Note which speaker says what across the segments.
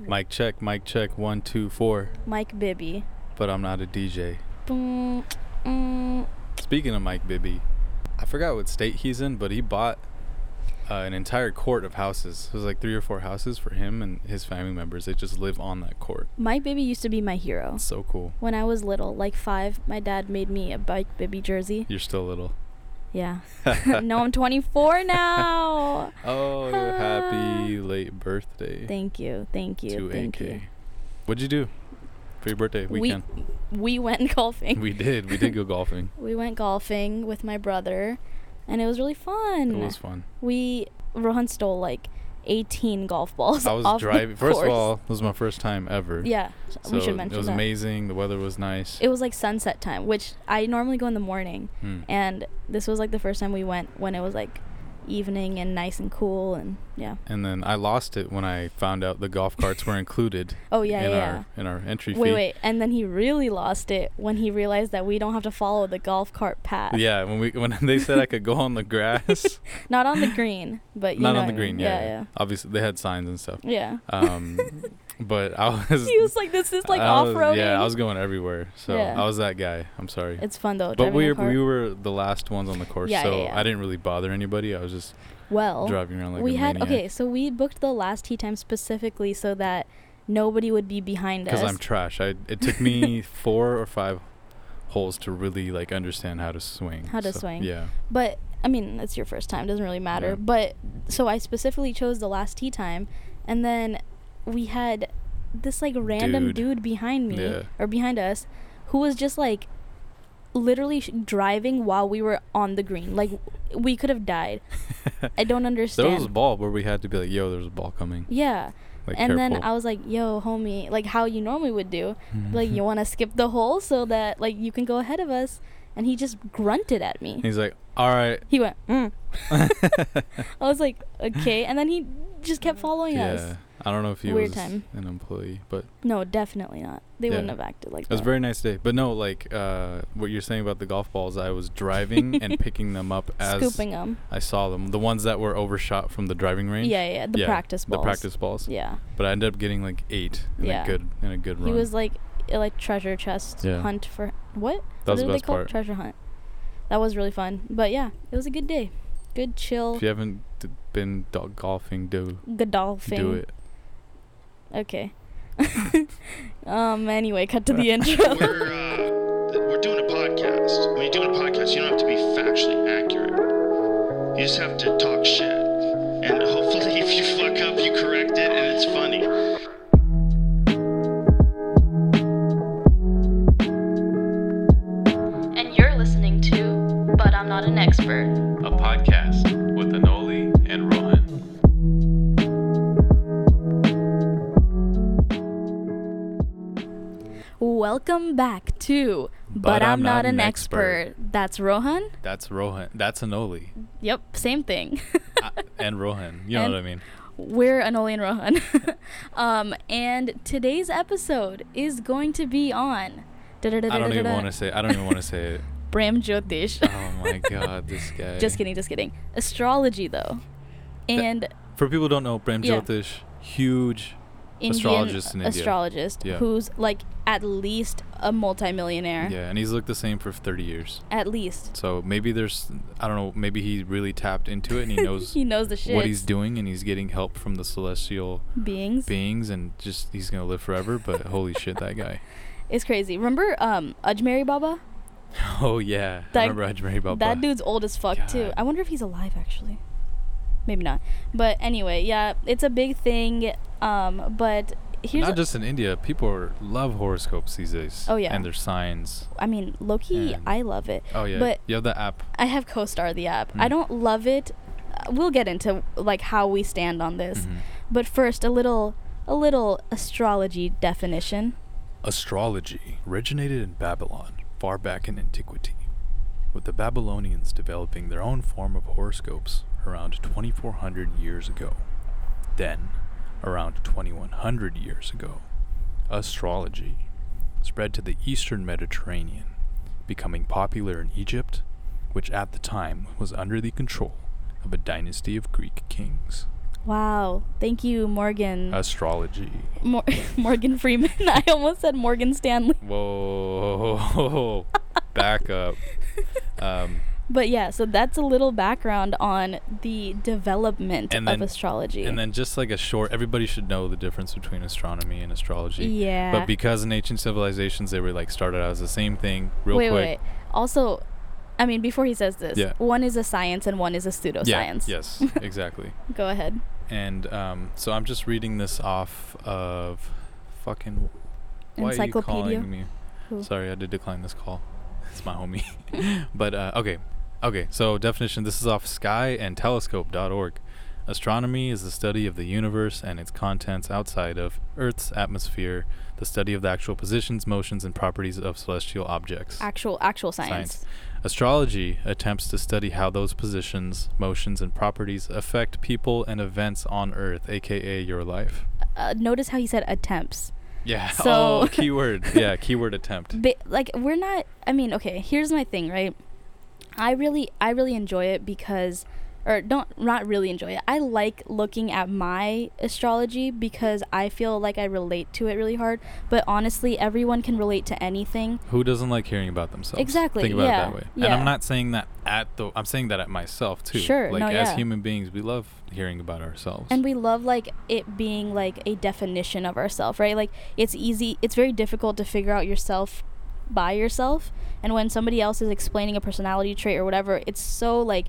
Speaker 1: Mic check, mic check, one, two, four.
Speaker 2: Mike Bibby.
Speaker 1: But I'm not a DJ.
Speaker 2: Boom. Mm.
Speaker 1: Speaking of Mike Bibby, I forgot what state he's in, but he bought uh, an entire court of houses. It was like three or four houses for him and his family members. They just live on that court.
Speaker 2: Mike Bibby used to be my hero.
Speaker 1: It's so cool.
Speaker 2: When I was little, like five, my dad made me a Mike Bibby jersey.
Speaker 1: You're still little.
Speaker 2: Yeah. no, I'm 24 now.
Speaker 1: Oh,
Speaker 2: Ah.
Speaker 1: happy late birthday
Speaker 2: Thank you. Thank you.
Speaker 1: to AK.
Speaker 2: thank you.
Speaker 1: What'd you do for your birthday weekend?
Speaker 2: We, we went golfing.
Speaker 1: we did. We did go golfing.
Speaker 2: We went golfing with my brother, and it was really fun.
Speaker 1: It was fun.
Speaker 2: we Rohan stole like 18 golf balls.
Speaker 1: I was
Speaker 2: off the
Speaker 1: driving. First of
Speaker 2: course.
Speaker 1: all, it was my first time ever.
Speaker 2: yeah,
Speaker 1: So
Speaker 2: we should mention
Speaker 1: it was
Speaker 2: that.
Speaker 1: amazing. The weather was nice.
Speaker 2: It was like sunset time, which I normally go in the morning,
Speaker 1: Hmm.
Speaker 2: and this was like the first time we went when it was like evening and nice and cool, and yeah.
Speaker 1: and then I lost it when I found out the golf carts were included.
Speaker 2: Oh, yeah,
Speaker 1: in
Speaker 2: yeah,
Speaker 1: Our, in our entry
Speaker 2: Wait,
Speaker 1: fee.
Speaker 2: wait, and then he really lost it when he realized that we don't have to follow the golf cart path.
Speaker 1: Yeah, when we when they said I could go on the grass,
Speaker 2: Not on the green, but you
Speaker 1: not
Speaker 2: know
Speaker 1: on the
Speaker 2: what I mean.
Speaker 1: green. Yeah, yeah. Obviously, they had signs and stuff.
Speaker 2: yeah, yeah.
Speaker 1: Um, but I was.
Speaker 2: he was like, "This is like
Speaker 1: I was-
Speaker 2: off roading."
Speaker 1: Yeah, I was going everywhere. So
Speaker 2: Yeah.
Speaker 1: I was that guy. I'm sorry.
Speaker 2: It's fun though.
Speaker 1: but
Speaker 2: driving
Speaker 1: we
Speaker 2: a
Speaker 1: were,
Speaker 2: cart.
Speaker 1: we were the last ones on the course,
Speaker 2: Yeah, yeah,
Speaker 1: so
Speaker 2: yeah.
Speaker 1: I didn't really bother anybody. I was just
Speaker 2: well.
Speaker 1: driving around like
Speaker 2: we
Speaker 1: a
Speaker 2: had
Speaker 1: maniac.
Speaker 2: okay, so we booked the last tea time specifically so that nobody would be behind us.
Speaker 1: because I'm trash. I it took me four or five holes to really like understand how to swing.
Speaker 2: How to swing.
Speaker 1: Yeah,
Speaker 2: But I mean, it's your first time; doesn't really matter.
Speaker 1: Yeah.
Speaker 2: But so I specifically chose the last tea time, and then we had this like random
Speaker 1: Dude.
Speaker 2: dude, behind me
Speaker 1: Yeah.
Speaker 2: or behind us, who was just like literally sh- driving while we were on the green. Like we could have died. I
Speaker 1: there
Speaker 2: don't
Speaker 1: was a
Speaker 2: understand.
Speaker 1: ball where we had to be like, "Yo, there's a ball coming."
Speaker 2: Yeah,
Speaker 1: Like,
Speaker 2: and
Speaker 1: careful.
Speaker 2: then I was like, "Yo, homie, like how you normally would do, like you want to skip the hole so that like you can go ahead of us." And he just grunted at me.
Speaker 1: He's like, "All right."
Speaker 2: He went, mm. I was like, okay. And then he just kept following us.
Speaker 1: Yeah. I don't know if he
Speaker 2: Oh, Weird
Speaker 1: was
Speaker 2: time.
Speaker 1: an employee, but
Speaker 2: No, definitely not. They
Speaker 1: Yeah.
Speaker 2: wouldn't have acted like
Speaker 1: it was a
Speaker 2: that.
Speaker 1: very nice day. But no, like uh, what you're saying about the golf balls, I was driving and picking them up as
Speaker 2: Scooping them.
Speaker 1: I saw them. The ones that were overshot from the driving
Speaker 2: Yeah,
Speaker 1: range.
Speaker 2: yeah, yeah, The
Speaker 1: Yeah,
Speaker 2: practice
Speaker 1: The
Speaker 2: balls.
Speaker 1: practice balls.
Speaker 2: Yeah.
Speaker 1: But I ended up getting like eight in
Speaker 2: Yeah.
Speaker 1: a good in a good
Speaker 2: He
Speaker 1: run.
Speaker 2: was like, eh, like treasure chest
Speaker 1: Yeah.
Speaker 2: hunt for what?
Speaker 1: That was the
Speaker 2: what do
Speaker 1: best
Speaker 2: they call it?
Speaker 1: part.
Speaker 2: Treasure hunt. That was really fun. But yeah, it was a good day. Good chill.
Speaker 1: If you haven't d- been do- golfing, do
Speaker 2: Godolphin.
Speaker 1: do it.
Speaker 2: Okay. um. Anyway, cut to the intro.
Speaker 3: we're uh, th- we're doing a podcast. When you're doing a podcast, you don't have to be factually accurate. You just have to talk shit, and hopefully, if you fuck up, you correct it, and it's funny.
Speaker 4: And you're listening to But I'm Not an Expert.
Speaker 5: a podcast with Anoli and Rohan.
Speaker 2: Welcome back to But, I'm, Not, an expert. That's Rohan.
Speaker 1: That's Rohan. That's Anoli.
Speaker 2: Yep, same thing.
Speaker 1: I- and Rohan. You know
Speaker 2: And-
Speaker 1: what I mean?
Speaker 2: We're Anoli and Rohan. um, and today's episode is going to be on.
Speaker 1: I don't even want to say. I don't even want to say it.
Speaker 2: Bram Jyotish.
Speaker 1: Oh my god, this guy.
Speaker 2: just kidding, just kidding. Astrology, though. And
Speaker 1: For people who don't know, Prem
Speaker 2: Yeah.
Speaker 1: Jyotish, huge.
Speaker 2: Indian
Speaker 1: Astrologist in India.
Speaker 2: astrologist
Speaker 1: Yeah.
Speaker 2: who's like at least a multimillionaire.
Speaker 1: Yeah, and he's looked the same for 30 years.
Speaker 2: At least.
Speaker 1: So maybe there's, I don't know, maybe he really tapped into it and he knows
Speaker 2: He knows the shit.
Speaker 1: what he's doing and he's getting help from the celestial
Speaker 2: Beings.
Speaker 1: beings and just he's gonna live forever. But holy shit, that guy.
Speaker 2: It's crazy. Remember um, Ajmeri Baba?
Speaker 1: Oh yeah,
Speaker 2: That-
Speaker 1: I remember Ajmeri Baba.
Speaker 2: That dude's old as fuck too.
Speaker 1: God.
Speaker 2: I wonder if he's alive actually. Maybe not. But anyway, yeah, it's a big thing. Um, but here's
Speaker 1: Not just in India, people are, love horoscopes these days.
Speaker 2: Oh, yeah.
Speaker 1: and their signs.
Speaker 2: I mean, Loki,
Speaker 1: And-
Speaker 2: I love it.
Speaker 1: Oh yeah,
Speaker 2: But
Speaker 1: you have the app.
Speaker 2: I have CoStar the app.
Speaker 1: Mm.
Speaker 2: I don't love it. Uh, We'll get into like how we stand on this.
Speaker 1: Mm-hmm.
Speaker 2: But first, a little a little astrology definition.
Speaker 5: Astrology originated in Babylon far back in antiquity, with the Babylonians developing their own form of horoscopes around 2400 years ago. Then, around 2100 years ago, astrology spread to the eastern Mediterranean, becoming popular in Egypt, which at the time was under the control of a dynasty of Greek kings
Speaker 2: Wow. Thank you, Morgan.
Speaker 1: Uh,
Speaker 5: Astrology.
Speaker 2: Mor- Morgan Freeman. I almost said Morgan Stanley.
Speaker 1: Whoa. Back up. Um,
Speaker 2: But yeah, so that's a little background on the development
Speaker 1: And
Speaker 2: of
Speaker 1: then-
Speaker 2: astrology.
Speaker 1: and then just like a short, everybody should know the difference between astronomy and astrology.
Speaker 2: yeah.
Speaker 1: But because in ancient civilizations, they were like started out as the same thing, real
Speaker 2: wait,
Speaker 1: quick.
Speaker 2: wait. Also, I mean, before he says this,
Speaker 1: Yeah.
Speaker 2: one is a science and one is a
Speaker 1: Yeah.
Speaker 2: pseudoscience.
Speaker 1: Yes. Exactly.
Speaker 2: Go ahead.
Speaker 1: And um, so I'm just reading this off of fucking. Why Are you
Speaker 2: Encyclopedia?
Speaker 1: calling me?
Speaker 2: Who?
Speaker 1: Sorry, I had to decline this call. It's my homie. but uh, okay, okay. So definition. This is off Sky and Telescope.org. Astronomy is the study of the universe and its contents outside of Earth's atmosphere. The study of the actual positions, motions, and properties of celestial objects.
Speaker 2: Actual actual science.
Speaker 1: Science. Astrology attempts to study how those positions, motions, and properties affect people and events on Earth, aka your life.
Speaker 2: Uh, notice how he said attempts.
Speaker 1: Yeah.
Speaker 2: So-
Speaker 1: oh, keyword. Yeah, keyword attempt.
Speaker 2: Ba- like we're not I mean, okay, here's my thing, right? I really I really enjoy it because or don't not really enjoy it. I like looking at my astrology because I feel like I relate to it really hard, but honestly, everyone can relate to anything.
Speaker 1: Who doesn't like hearing about themselves?
Speaker 2: Exactly,
Speaker 1: Think about
Speaker 2: yeah,
Speaker 1: it that way. And
Speaker 2: yeah.
Speaker 1: I'm not saying that at the. I'm saying that at myself too.
Speaker 2: Sure,
Speaker 1: Like
Speaker 2: no,
Speaker 1: as
Speaker 2: yeah.
Speaker 1: human beings, we love hearing about ourselves.
Speaker 2: And we love like it being like a definition of ourself, right? Like it's easy, it's very difficult to figure out yourself by yourself. And when somebody else is explaining a personality trait or whatever, it's so like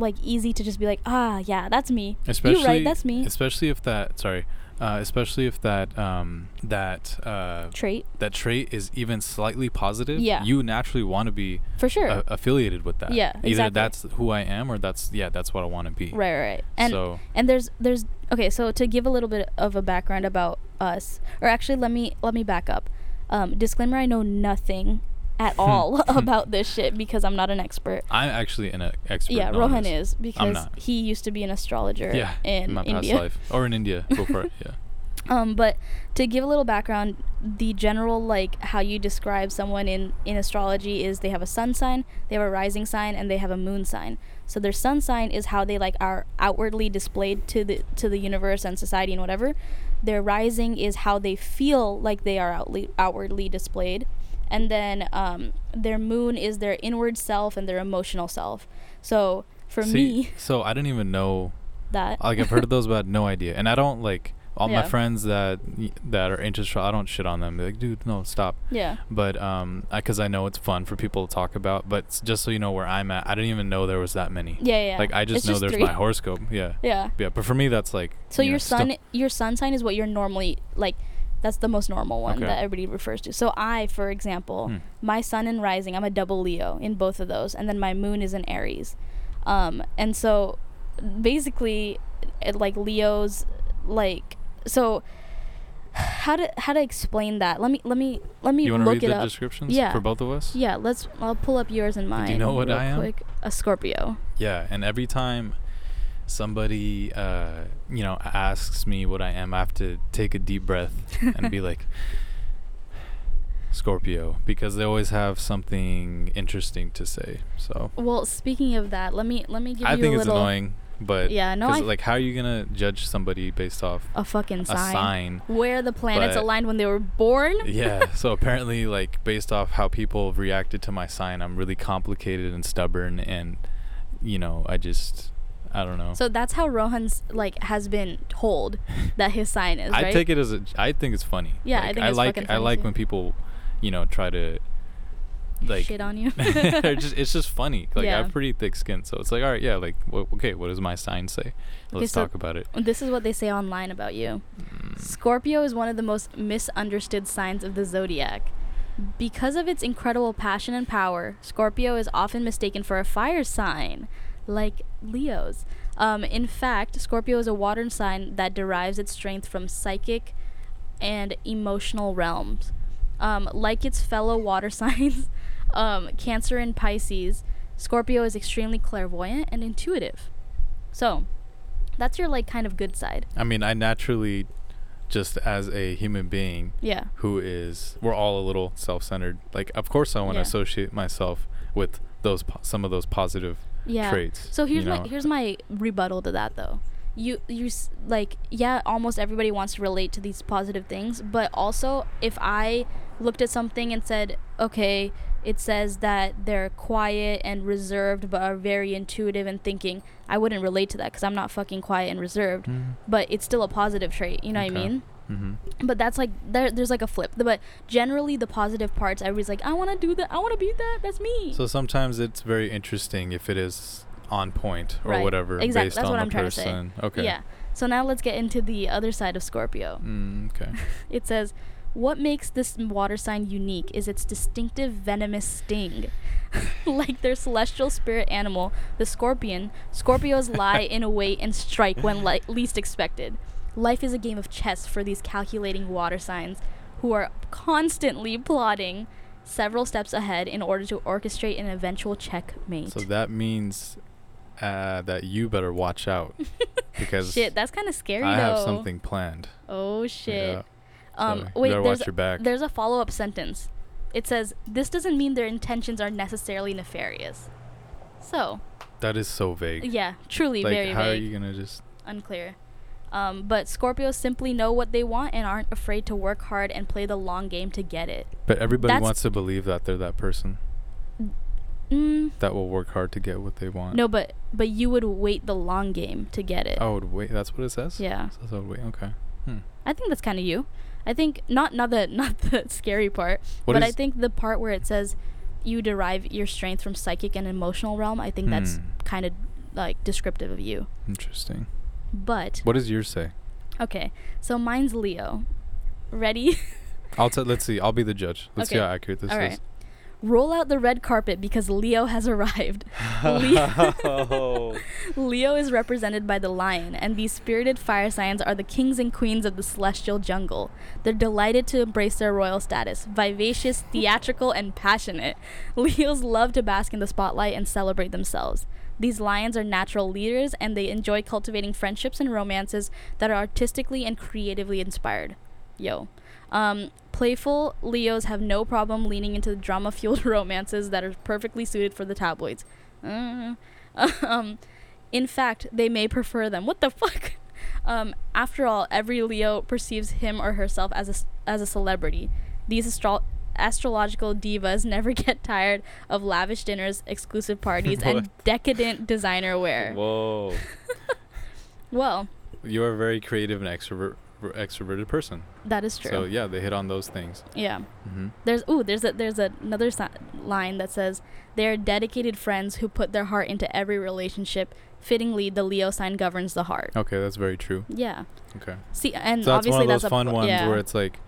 Speaker 2: like easy to just be like, "Ah, yeah, that's me."
Speaker 1: especially
Speaker 2: You're right, that's me.
Speaker 1: Especially if that. Sorry. Uh, especially if that um, that uh,
Speaker 2: trait
Speaker 1: that trait is even slightly positive.
Speaker 2: Yeah.
Speaker 1: You naturally want to be
Speaker 2: for sure.
Speaker 1: a- affiliated with that.
Speaker 2: Yeah,
Speaker 1: Either
Speaker 2: exactly.
Speaker 1: that's who I am or that's yeah, that's what I want to be.
Speaker 2: right, right, right. And
Speaker 1: so
Speaker 2: and there's there's okay so to give a little bit of a background about us or actually let me let me back up um, disclaimer i know nothing at all about this shit because i'm not an expert
Speaker 1: I'm actually an uh, expert.
Speaker 2: yeah
Speaker 1: no one
Speaker 2: rohan is because
Speaker 1: not.
Speaker 2: he used to be an astrologer
Speaker 1: Yeah.
Speaker 2: in
Speaker 1: my
Speaker 2: india
Speaker 1: past life or in India. Go for it. Yeah.
Speaker 2: um, but to give a little background, the general like how you describe someone in in astrology is they have a sun sign, they have a rising sign, and they have a moon sign. So their sun sign is how they like are outwardly displayed to the to the universe and society and whatever. Their rising is how they feel like they are outly, outwardly displayed, and then um, their moon is their inward self and their emotional self. So for
Speaker 1: See,
Speaker 2: me,
Speaker 1: so I didn't even know.
Speaker 2: that
Speaker 1: Like I've heard of those, but I had no idea. And I don't like all
Speaker 2: Yeah.
Speaker 1: my friends that that are into. I don't shit on them. They're like, dude, no, stop.
Speaker 2: yeah.
Speaker 1: But um, because I, know it's fun for people to talk about. But s- just so you know where I'm at, I didn't even know there was that many.
Speaker 2: Yeah, yeah,
Speaker 1: Like I just
Speaker 2: it's
Speaker 1: know
Speaker 2: just
Speaker 1: there's
Speaker 2: three.
Speaker 1: my horoscope. Yeah.
Speaker 2: Yeah.
Speaker 1: Yeah, but for me that's like
Speaker 2: So
Speaker 1: you know,
Speaker 2: your
Speaker 1: still-
Speaker 2: sun, your sun sign is what you're normally like. That's the most normal one
Speaker 1: Okay.
Speaker 2: that everybody refers to. So I, for example,
Speaker 1: Hmm.
Speaker 2: my sun and rising, I'm a double Leo in both of those, and then my moon is in Aries, um, and so basically, it, like Leo's, like so. How to how to explain that? Let me let me let me
Speaker 1: You want to
Speaker 2: look
Speaker 1: read
Speaker 2: it
Speaker 1: the
Speaker 2: up.
Speaker 1: descriptions
Speaker 2: Yeah.
Speaker 1: for both of us?
Speaker 2: Yeah, let's. I'll pull up yours and mine.
Speaker 1: you know what
Speaker 2: real
Speaker 1: I am?
Speaker 2: Quick. A Scorpio.
Speaker 1: Yeah, and every time somebody uh, you know asks me what I am, I have to take a deep breath and be like Scorpio because they always have something interesting to say. So
Speaker 2: Well, speaking of that, let me let me give
Speaker 1: I
Speaker 2: you
Speaker 1: think
Speaker 2: a
Speaker 1: it's
Speaker 2: little
Speaker 1: annoying, but
Speaker 2: Yeah, no,
Speaker 1: 'cause,
Speaker 2: I-
Speaker 1: like how are you gonna judge somebody based off
Speaker 2: a fucking
Speaker 1: a sign?
Speaker 2: where the planets
Speaker 1: But-
Speaker 2: aligned when they were born.
Speaker 1: yeah so apparently like based off how people have reacted to my sign i'm really complicated and stubborn and you know i just i don't know
Speaker 2: So that's how Rohan's like has been told that his sign is,
Speaker 1: i
Speaker 2: right?
Speaker 1: take it as a i think it's funny
Speaker 2: Yeah, I
Speaker 1: Like,
Speaker 2: think it's
Speaker 1: like
Speaker 2: fucking
Speaker 1: i
Speaker 2: funny
Speaker 1: like
Speaker 2: too.
Speaker 1: when people you know try to like
Speaker 2: shit on you.
Speaker 1: or just, it's just funny like i
Speaker 2: Yeah.
Speaker 1: have pretty thick skin so it's like all right yeah like wha- okay what does my sign say let's
Speaker 2: so-
Speaker 1: talk about it Mm.
Speaker 2: This is what they say online about you. Scorpio is one of the most misunderstood signs of the zodiac. Because of its incredible passion and power, Scorpio is often mistaken for a fire sign, like Leo's. Um, in fact, Scorpio is a water sign that derives its strength from psychic and emotional realms. Um, like its fellow water signs, um, Cancer and Pisces, Scorpio is extremely clairvoyant and intuitive. So, that's your like kind of good side.
Speaker 1: i mean i naturally just as a human being
Speaker 2: Yeah.
Speaker 1: who is we're all a little self-centered like of course i want to
Speaker 2: Yeah.
Speaker 1: associate myself with those po- some of those positive
Speaker 2: Yeah.
Speaker 1: traits
Speaker 2: So here's
Speaker 1: you know?
Speaker 2: my here's my rebuttal to that though. you you s- like yeah almost everybody wants to relate to these positive things but also if i looked at something and said okay it says that they're quiet and reserved but are very intuitive and thinking i wouldn't relate to that because i'm not fucking quiet and reserved
Speaker 1: Mhm.
Speaker 2: but it's still a positive trait you know what i
Speaker 1: Okay.
Speaker 2: mean
Speaker 1: Mm-hmm.
Speaker 2: but that's like there, there's like a flip but generally the positive parts everybody's like i want to do that i want to be that that's me
Speaker 1: So sometimes it's very interesting if it is on point or
Speaker 2: Right.
Speaker 1: whatever
Speaker 2: Exactly.
Speaker 1: based
Speaker 2: That's
Speaker 1: on
Speaker 2: what
Speaker 1: the
Speaker 2: I'm trying to say.
Speaker 1: person. Okay.
Speaker 2: yeah so now let's get into the other side of scorpio
Speaker 1: Mm, okay.
Speaker 2: It says, "What makes this water sign unique is its distinctive venomous sting. like their celestial spirit animal, the scorpion, Scorpios lie in a wait and strike when li- least expected. Life is a game of chess for these calculating water signs who are constantly plotting several steps ahead in order to orchestrate an eventual checkmate."
Speaker 1: So that means uh, that you better watch out because
Speaker 2: shit, that's kind of scary
Speaker 1: I have
Speaker 2: though.
Speaker 1: something planned.
Speaker 2: Oh shit.
Speaker 1: Yeah. So
Speaker 2: Um,
Speaker 1: you
Speaker 2: wait,
Speaker 1: better
Speaker 2: there's,
Speaker 1: watch your back.
Speaker 2: there's a follow up sentence. It says, This doesn't mean their intentions are necessarily nefarious. So,
Speaker 1: That is so vague.
Speaker 2: yeah, truly
Speaker 1: like
Speaker 2: very
Speaker 1: how are
Speaker 2: vague,
Speaker 1: you gonna just
Speaker 2: unclear. Um, but Scorpios simply know what they want and aren't afraid to work hard and play the long game to get it.
Speaker 1: But everybody
Speaker 2: That's-
Speaker 1: wants to believe that they're that person
Speaker 2: Mm,
Speaker 1: that will work hard to get what they want.
Speaker 2: no, but but you would wait the long game to get it.
Speaker 1: Oh wait, that's what it says.
Speaker 2: Yeah.
Speaker 1: So, so wait, okay. Hmm.
Speaker 2: I think that's kind of you. I think not not the not the scary part,
Speaker 1: What
Speaker 2: but I
Speaker 1: is-
Speaker 2: think the part where it says you derive your strength from psychic and emotional realm. I think that's
Speaker 1: Hmm.
Speaker 2: kind of like descriptive of you.
Speaker 1: Interesting.
Speaker 2: But
Speaker 1: What does yours say?
Speaker 2: okay, so mine's Leo. Ready?
Speaker 1: I'll t- let's see. I'll be the judge. Let's see
Speaker 2: Okay.
Speaker 1: how accurate this
Speaker 2: All
Speaker 1: is.
Speaker 2: right. Roll out the red carpet because Leo has arrived.
Speaker 1: Oh.
Speaker 2: Leo, Leo is represented by the lion, and these spirited fire signs are the kings and queens of the celestial jungle. They're delighted to embrace their royal status, vivacious, theatrical, and passionate. Leos love to bask in the spotlight and celebrate themselves. These lions are natural leaders, and they enjoy cultivating friendships and romances that are artistically and creatively inspired. Yo. Um, playful Leos have no problem leaning into the drama fueled romances that are perfectly suited for the tabloids. Mm. um, in fact, they may prefer them. What the fuck? Um, after all, every Leo perceives him or herself as a, s- as a celebrity. These astro- astrological divas never get tired of lavish dinners, exclusive parties, and decadent designer wear.
Speaker 1: Whoa.
Speaker 2: Well,
Speaker 1: you are a very creative and extrovert extroverted person.
Speaker 2: that is true.
Speaker 1: So yeah, they hit on those things.
Speaker 2: yeah.
Speaker 1: Mm-hmm.
Speaker 2: There's ooh, there's a, there's a, another si- line that says they are dedicated friends who put their heart into every relationship. Fittingly, the Leo sign governs the heart.
Speaker 1: Okay, that's very true.
Speaker 2: Yeah.
Speaker 1: Okay.
Speaker 2: See, and
Speaker 1: Oh. so that's
Speaker 2: Mm, obviously
Speaker 1: one of those
Speaker 2: that's
Speaker 1: fun
Speaker 2: a, pl-
Speaker 1: ones
Speaker 2: yeah,
Speaker 1: where it's like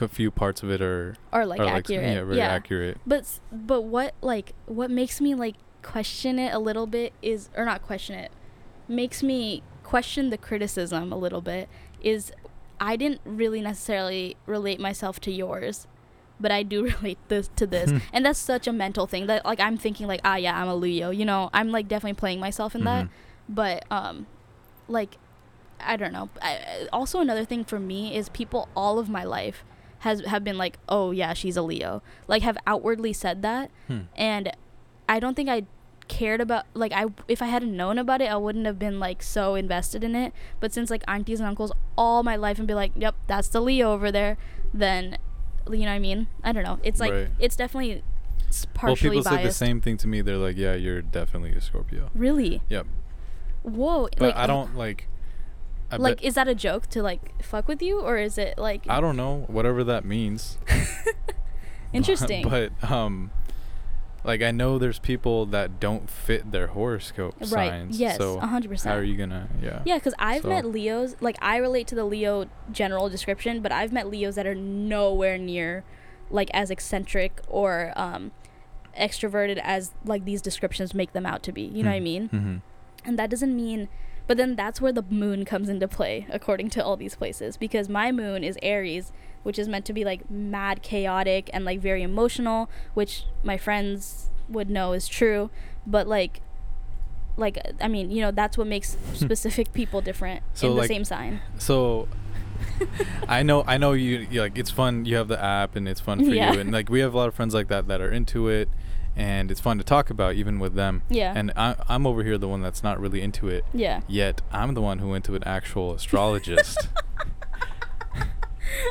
Speaker 1: a few parts of it are
Speaker 2: or like
Speaker 1: are
Speaker 2: accurate.
Speaker 1: like yeah, very
Speaker 2: yeah.
Speaker 1: accurate.
Speaker 2: But s- but what like what makes me like question it a little bit is or not question it makes me question the criticism a little bit is I didn't really necessarily relate myself to yours, but I do relate this to this, and that's such a mental thing that like I'm thinking like ah yeah I'm a Leo you know I'm like definitely playing myself in that,
Speaker 1: Mhm.
Speaker 2: but um like I don't know. I, I- also, another thing for me is people all of my life has have been like, "Oh yeah, she's a Leo," like have outwardly said that,
Speaker 1: Hmm.
Speaker 2: and I don't think I cared about like I if I hadn't known about it, I wouldn't have been like so invested in it. But since like aunties and uncles all my life and be like, "Yep, that's the Leo over there," then you know what I mean? I don't know. It's like
Speaker 1: Right.
Speaker 2: it's definitely s-
Speaker 1: Well,
Speaker 2: partially
Speaker 1: people said the
Speaker 2: biased.
Speaker 1: same thing to me. They're like, "Yeah, you're definitely a Scorpio."
Speaker 2: Really?
Speaker 1: Yep.
Speaker 2: Whoa!
Speaker 1: But
Speaker 2: like
Speaker 1: I don't like. I
Speaker 2: like
Speaker 1: bet-
Speaker 2: is that a joke to like fuck with you or is it like
Speaker 1: I don't know whatever that means.
Speaker 2: Interesting.
Speaker 1: But, um, like I know there's people that don't fit their horoscope
Speaker 2: Right.
Speaker 1: signs.
Speaker 2: Yes,
Speaker 1: So
Speaker 2: 100%.
Speaker 1: How are you gonna? Yeah.
Speaker 2: Yeah, because I've
Speaker 1: So-
Speaker 2: met Leos. Like I relate to the Leo general description, but I've met Leos that are nowhere near, like as eccentric or um, extroverted as like these descriptions make them out to be. You know what I mean?
Speaker 1: hmm
Speaker 2: And that doesn't mean. But then that's where the moon comes into play, according to all these places, because my moon is Aries, which is meant to be like mad, chaotic, and like very emotional, which my friends would know is true. But like, like I mean, you know, that's what makes specific people different
Speaker 1: So,
Speaker 2: in the
Speaker 1: like-
Speaker 2: same sign.
Speaker 1: So I know I know you you, like it's fun you have the app and it's fun for
Speaker 2: Yeah.
Speaker 1: you and like we have a lot of friends like that that are into it and it's fun to talk about even with them.
Speaker 2: Yeah.
Speaker 1: And I, I'm over here the one that's not really into it.
Speaker 2: Yeah.
Speaker 1: Yet I'm the one who went to an actual astrologist.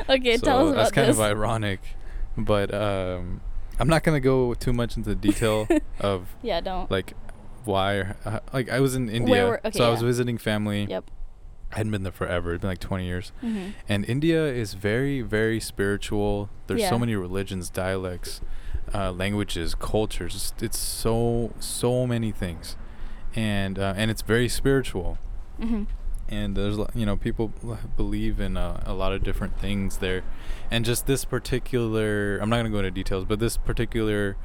Speaker 2: Okay,
Speaker 1: so
Speaker 2: tell us
Speaker 1: that's
Speaker 2: about
Speaker 1: kind
Speaker 2: this.
Speaker 1: of ironic, but um, I'm not gonna go too much into detail of
Speaker 2: yeah, don't.
Speaker 1: like why or, uh, like I was in India,
Speaker 2: were- okay,
Speaker 1: so I was
Speaker 2: yeah.
Speaker 1: visiting family.
Speaker 2: yep.
Speaker 1: I hadn't been there forever; it'd been like 20 years.
Speaker 2: hmm
Speaker 1: And India is very, very spiritual. There's
Speaker 2: Yeah.
Speaker 1: so many religions, dialects, uh, languages, cultures. It's, it's so so many things, and uh, and it's very spiritual.
Speaker 2: hmm
Speaker 1: And there's lo- you know people l- believe in uh, a lot of different things there, and just this particular I'm not gonna go into details, but this particular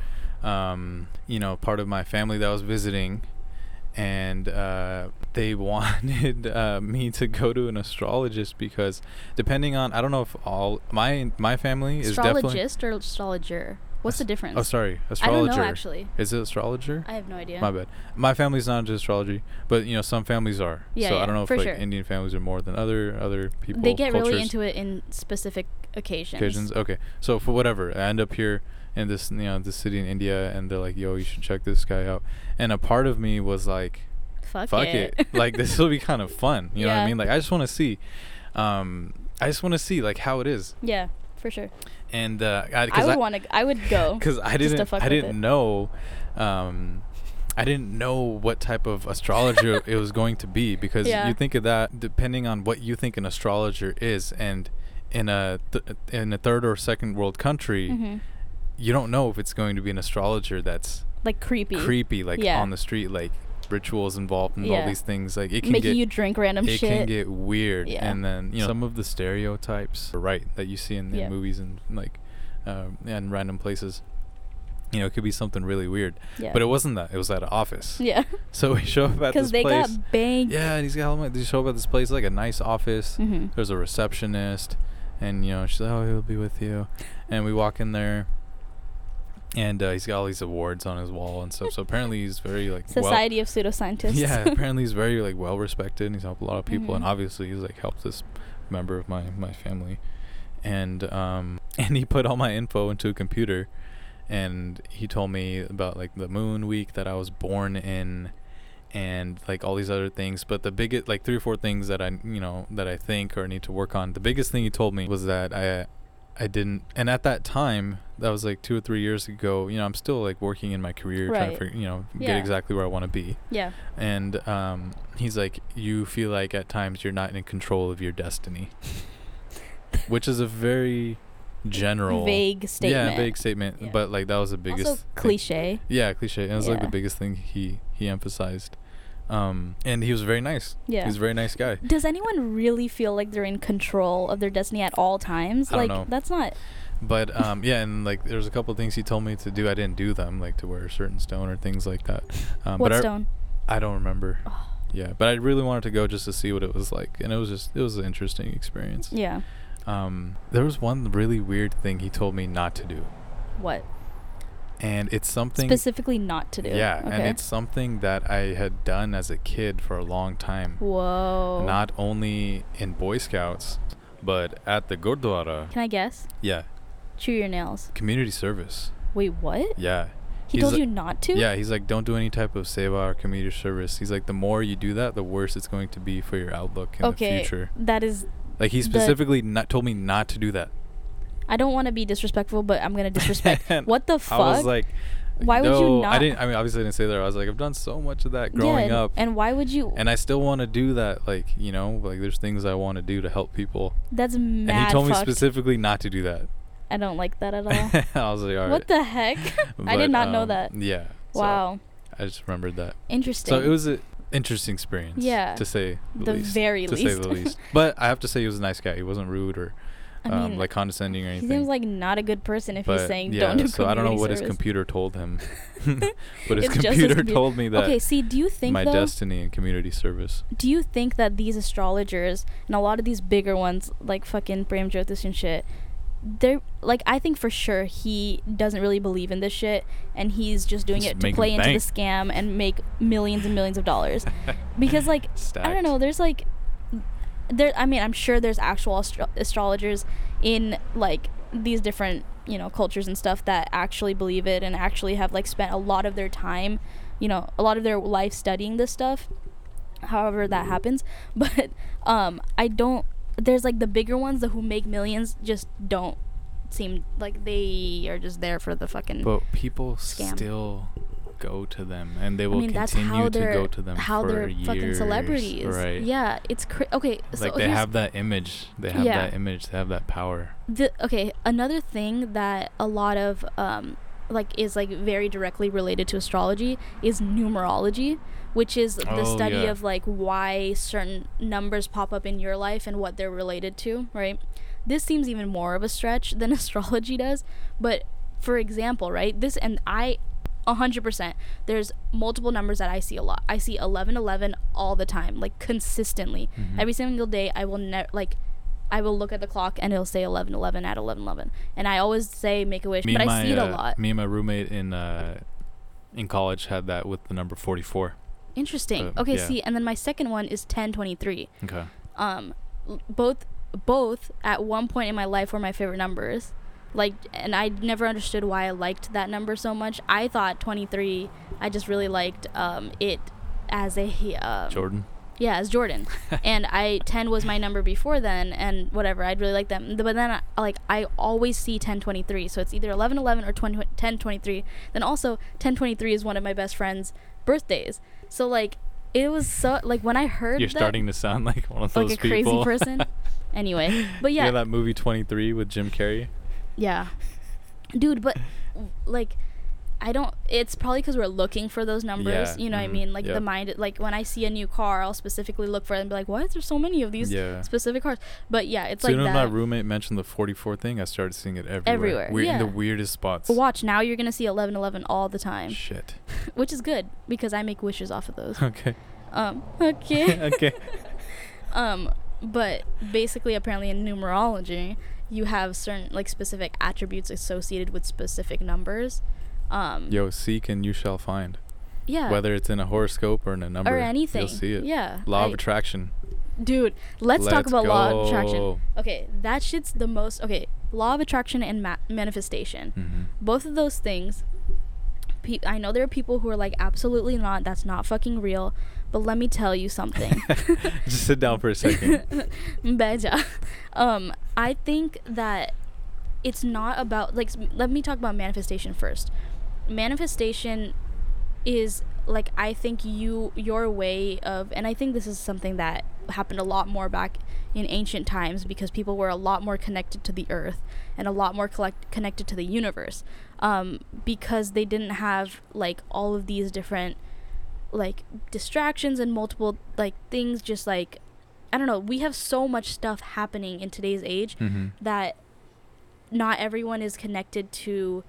Speaker 1: um, you know part of my family that I was visiting. And uh, they wanted uh, me to go to an astrologist because, depending on, I don't know if all my my family is definitely.
Speaker 2: Astrologist or astrologer? What's the difference?
Speaker 1: Oh, sorry,
Speaker 2: I don't
Speaker 1: astrologer.
Speaker 2: know actually.
Speaker 1: Is it astrologer?
Speaker 2: I have no idea.
Speaker 1: My bad. My family's not into astrology, but you know some families are.
Speaker 2: Yeah,
Speaker 1: so
Speaker 2: yeah,
Speaker 1: I don't know if
Speaker 2: for
Speaker 1: like
Speaker 2: sure.
Speaker 1: Indian families are more than other other people.
Speaker 2: they get
Speaker 1: cultures,
Speaker 2: really into it in specific occasions.
Speaker 1: occasions. Okay, so for whatever, I end up here in this you know this city in India, and they're like, "Yo, you should check this guy out." And a part of me was like,
Speaker 2: Fuck,
Speaker 1: "Fuck it, like this will be kind of fun." You know what
Speaker 2: Yeah.
Speaker 1: I mean? Like I just want to see, um, I just want to see like how it is.
Speaker 2: yeah, for sure.
Speaker 1: And uh, I,
Speaker 2: I
Speaker 1: 'cause
Speaker 2: would want to. I would go.
Speaker 1: because I
Speaker 2: just to
Speaker 1: didn't
Speaker 2: fuck
Speaker 1: I
Speaker 2: with
Speaker 1: didn't
Speaker 2: it.
Speaker 1: know um I didn't know what type of astrologer it was going to be because
Speaker 2: Yeah.
Speaker 1: you think of that depending on what you think an astrologer is and in a th- in a third or second world country
Speaker 2: hmm
Speaker 1: you don't know if it's going to be an astrologer that's
Speaker 2: Like creepy.
Speaker 1: creepy like
Speaker 2: Yeah.
Speaker 1: on the street like rituals involved and all
Speaker 2: Yeah.
Speaker 1: these things like it can
Speaker 2: Making
Speaker 1: get
Speaker 2: you drink random
Speaker 1: it
Speaker 2: shit.
Speaker 1: can get weird
Speaker 2: Yeah.
Speaker 1: and then you know some of the stereotypes are right that you see in the
Speaker 2: Yeah.
Speaker 1: movies and like um, and random places you know it could be something really weird
Speaker 2: Yeah.
Speaker 1: but it wasn't that it was at an office
Speaker 2: yeah.
Speaker 1: so we show up at this
Speaker 2: Because they
Speaker 1: place
Speaker 2: got banged.
Speaker 1: yeah and he's got all my- they show up at this place like a nice office
Speaker 2: hmm
Speaker 1: there's a receptionist and you know she's like oh he'll be with you and we walk in there and uh, he's got all these awards on his wall and stuff so apparently he's very like well-
Speaker 2: Society of pseudoscientists.
Speaker 1: yeah, apparently he's very like well respected and he's helped a lot of people and
Speaker 2: Mhm.
Speaker 1: obviously he's like helped this member of my my family. And um and he put all my info into a computer and he told me about like the moon week that I was born in and like all these other things but the biggest like three or four things that I you know that I think or need to work on the biggest thing he told me was that I I didn't and at that time that was like 2 or 3 years ago you know I'm still like working in my career trying to
Speaker 2: Right.
Speaker 1: figure, you know get
Speaker 2: Yeah.
Speaker 1: exactly where I want to be
Speaker 2: yeah.
Speaker 1: and um, he's like, you feel like at times you're not in control of your destiny, which is a very general,
Speaker 2: Vague statement.
Speaker 1: yeah, vague statement.
Speaker 2: Yeah.
Speaker 1: But like that was the biggest
Speaker 2: Also
Speaker 1: thing-
Speaker 2: cliche.
Speaker 1: Yeah, cliche. And it was like the
Speaker 2: Yeah.
Speaker 1: biggest thing he he emphasized. Um, and he was very nice.
Speaker 2: Yeah.
Speaker 1: he's a very nice guy.
Speaker 2: Does anyone really feel like they're in control of their destiny at all
Speaker 1: I
Speaker 2: times?
Speaker 1: don't
Speaker 2: like
Speaker 1: know.
Speaker 2: that's not
Speaker 1: But um, yeah, and like there's a couple things he told me to do. I didn't do them, like to wear a certain stone or things like that. Um,
Speaker 2: what
Speaker 1: but I-
Speaker 2: stone.
Speaker 1: I don't remember.
Speaker 2: Oh.
Speaker 1: Yeah, but I really wanted to go just to see what it was like, and it was just it was an interesting experience.
Speaker 2: Yeah.
Speaker 1: Um, there was one really weird thing he told me not to do,
Speaker 2: What
Speaker 1: and it's something.
Speaker 2: specifically not to do?
Speaker 1: Yeah,
Speaker 2: Okay.
Speaker 1: and it's something that I had done as a kid for a long time.
Speaker 2: whoa.
Speaker 1: Not only in Boy Scouts, but at the Gurdwara.
Speaker 2: Can I guess?
Speaker 1: Yeah,
Speaker 2: Chew your nails.
Speaker 1: community service.
Speaker 2: Wait, what?
Speaker 1: Yeah.
Speaker 2: He
Speaker 1: He's
Speaker 2: told
Speaker 1: li-
Speaker 2: you not to?
Speaker 1: Yeah, he's like, don't do any type of seva or community service. He's like, the more you do that, the worse it's going to be for your outlook in
Speaker 2: okay.
Speaker 1: the future.
Speaker 2: That is
Speaker 1: Like he
Speaker 2: The-
Speaker 1: specifically not told me not to do that.
Speaker 2: I don't want to be disrespectful, but I'm gonna disrespect. what the fuck?
Speaker 1: I was like,
Speaker 2: Why would you
Speaker 1: "No," I
Speaker 2: not-
Speaker 1: didn't. I mean, obviously, I didn't say that. I was like, I've done so much of that growing
Speaker 2: yeah, and-
Speaker 1: up, and,
Speaker 2: And why would you
Speaker 1: I still want to do that. Like, you know, like there's things I want to do to help people.
Speaker 2: that's mad
Speaker 1: and he told
Speaker 2: fucked.
Speaker 1: me specifically not to do that.
Speaker 2: I don't like that at all.
Speaker 1: I was like, all right.
Speaker 2: what the heck? I
Speaker 1: But,
Speaker 2: did not know
Speaker 1: um,
Speaker 2: that.
Speaker 1: Yeah. so
Speaker 2: Wow.
Speaker 1: I just remembered that.
Speaker 2: Interesting.
Speaker 1: So it was an interesting experience.
Speaker 2: Yeah.
Speaker 1: To say the,
Speaker 2: The
Speaker 1: least.
Speaker 2: very
Speaker 1: to say
Speaker 2: least.
Speaker 1: the least. But I have to say, he was a nice guy. He wasn't rude or
Speaker 2: I
Speaker 1: um,
Speaker 2: mean,
Speaker 1: like condescending or
Speaker 2: he
Speaker 1: anything.
Speaker 2: seems like not a good person if he's
Speaker 1: But,
Speaker 2: saying
Speaker 1: yeah,
Speaker 2: don't do
Speaker 1: so I don't know
Speaker 2: community
Speaker 1: what his
Speaker 2: service."
Speaker 1: computer told him, but his
Speaker 2: It's just his
Speaker 1: computer
Speaker 2: computer.
Speaker 1: told me that
Speaker 2: Okay, see, do you think
Speaker 1: my
Speaker 2: though?
Speaker 1: destiny and community service.
Speaker 2: do you think that these astrologers and a lot of these bigger ones like fucking Bram Jyotish and shit they're like I think for sure he doesn't really believe in this shit and he's just doing
Speaker 1: Just
Speaker 2: it to
Speaker 1: making
Speaker 2: play into the
Speaker 1: bank.
Speaker 2: scam and make millions and millions of dollars because like I don't know there's like there i mean i'm sure there's actual astro- astrologers in like these different you know cultures and stuff that actually believe it and actually have like spent a lot of their time you know a lot of their life studying this stuff however that happens but um i don't there's like the bigger ones the who make millions just don't seem like they are just there for the fucking
Speaker 1: But people
Speaker 2: Mm. Scam.
Speaker 1: still go to them, and they
Speaker 2: I
Speaker 1: will
Speaker 2: mean, that's how
Speaker 1: continue to
Speaker 2: they're
Speaker 1: go to them
Speaker 2: how
Speaker 1: for
Speaker 2: they're
Speaker 1: years,
Speaker 2: fucking celebrities.
Speaker 1: right?
Speaker 2: Yeah, it's cra- okay. So
Speaker 1: like they
Speaker 2: here's-
Speaker 1: have that image, they have
Speaker 2: Yeah.
Speaker 1: that image, they have that power.
Speaker 2: the okay another thing that a lot of um like is like very directly related to astrology is numerology which is the
Speaker 1: Oh,
Speaker 2: study
Speaker 1: yeah.
Speaker 2: of like why certain numbers pop up in your life and what they're related to right this seems even more of a stretch than astrology does but for example right this and i 100% there's multiple numbers that i see a lot i see 1111 all the time like consistently
Speaker 1: Mhm.
Speaker 2: every single day i will never like I will look at the clock and it'll say 11 11 at 11 11. And I always say make a wish,
Speaker 1: Me
Speaker 2: but
Speaker 1: and
Speaker 2: I
Speaker 1: my,
Speaker 2: see it a
Speaker 1: uh,
Speaker 2: lot.
Speaker 1: Me and my roommate in uh, in college had that with the number forty-four.
Speaker 2: Interesting.
Speaker 1: uh,
Speaker 2: okay,
Speaker 1: yeah.
Speaker 2: see, and then my second one is 1023.
Speaker 1: Okay.
Speaker 2: Um l- both both at one point in my life were my favorite numbers. Like and I never understood why I liked that number so much. I thought 23 I just really liked um it as a um,
Speaker 1: Jordan.
Speaker 2: Yeah, it's Jordan. and I ten was my number before then, and whatever. I'd really like them, but then I, like I always see ten twenty three, so it's either eleven eleven or 20, 10 23. Then also ten twenty three is one of my best friend's birthdays. So like it was so like when I heard
Speaker 1: You're
Speaker 2: that,
Speaker 1: starting to sound like one of
Speaker 2: like
Speaker 1: those
Speaker 2: a crazy
Speaker 1: people.
Speaker 2: person. Anyway, but
Speaker 1: You
Speaker 2: yeah,
Speaker 1: know that movie 23 with Jim Carrey?
Speaker 2: yeah, dude. But like. I don't. It's probably because we're looking for those numbers.
Speaker 1: Yeah,
Speaker 2: You know what I
Speaker 1: mhm,
Speaker 2: mean? Like
Speaker 1: yeah.
Speaker 2: the mind. Like when I see a new car, I'll specifically look for it and be like, "Why is there so many of these
Speaker 1: Yeah.
Speaker 2: specific cars?" But yeah, it's
Speaker 1: Soon
Speaker 2: like
Speaker 1: as
Speaker 2: that.
Speaker 1: my roommate mentioned the 44 thing, I started seeing it everywhere.
Speaker 2: Everywhere,
Speaker 1: Weird, In the
Speaker 2: yeah.
Speaker 1: weirdest spots.
Speaker 2: But watch now, you're gonna see 1111 all the time,
Speaker 1: Shit.
Speaker 2: which is good because I make wishes off of those.
Speaker 1: Okay.
Speaker 2: um, okay.
Speaker 1: okay.
Speaker 2: um, but basically, apparently in numerology, you have certain like specific attributes associated with specific numbers. Um,
Speaker 1: Yo, seek and you shall find.
Speaker 2: yeah.
Speaker 1: Whether it's in a horoscope or in a number.
Speaker 2: or anything.
Speaker 1: You'll see it.
Speaker 2: Yeah.
Speaker 1: Law of
Speaker 2: I-
Speaker 1: attraction.
Speaker 2: Dude, let's, talk
Speaker 1: Let's
Speaker 2: about law of attraction.
Speaker 1: go.
Speaker 2: Okay, that shit's the most. Okay, law of attraction and ma- manifestation.
Speaker 1: Mhm.
Speaker 2: Both of those things. Pe- I know there are people who are like, absolutely not. That's not fucking real. But let me tell you something.
Speaker 1: Just sit down for a second.
Speaker 2: Beja. Um, I think that it's not about like. s- Let me talk about manifestation first. Manifestation is like I think you your way of, and I think this is something that happened a lot more back in ancient times because people were a lot more connected to the earth and a lot more collect- connected to the universe um, because they didn't have like all of these different like distractions and multiple like things just like I don't know, we have so much stuff happening in today's age
Speaker 1: hmm
Speaker 2: that not everyone is connected to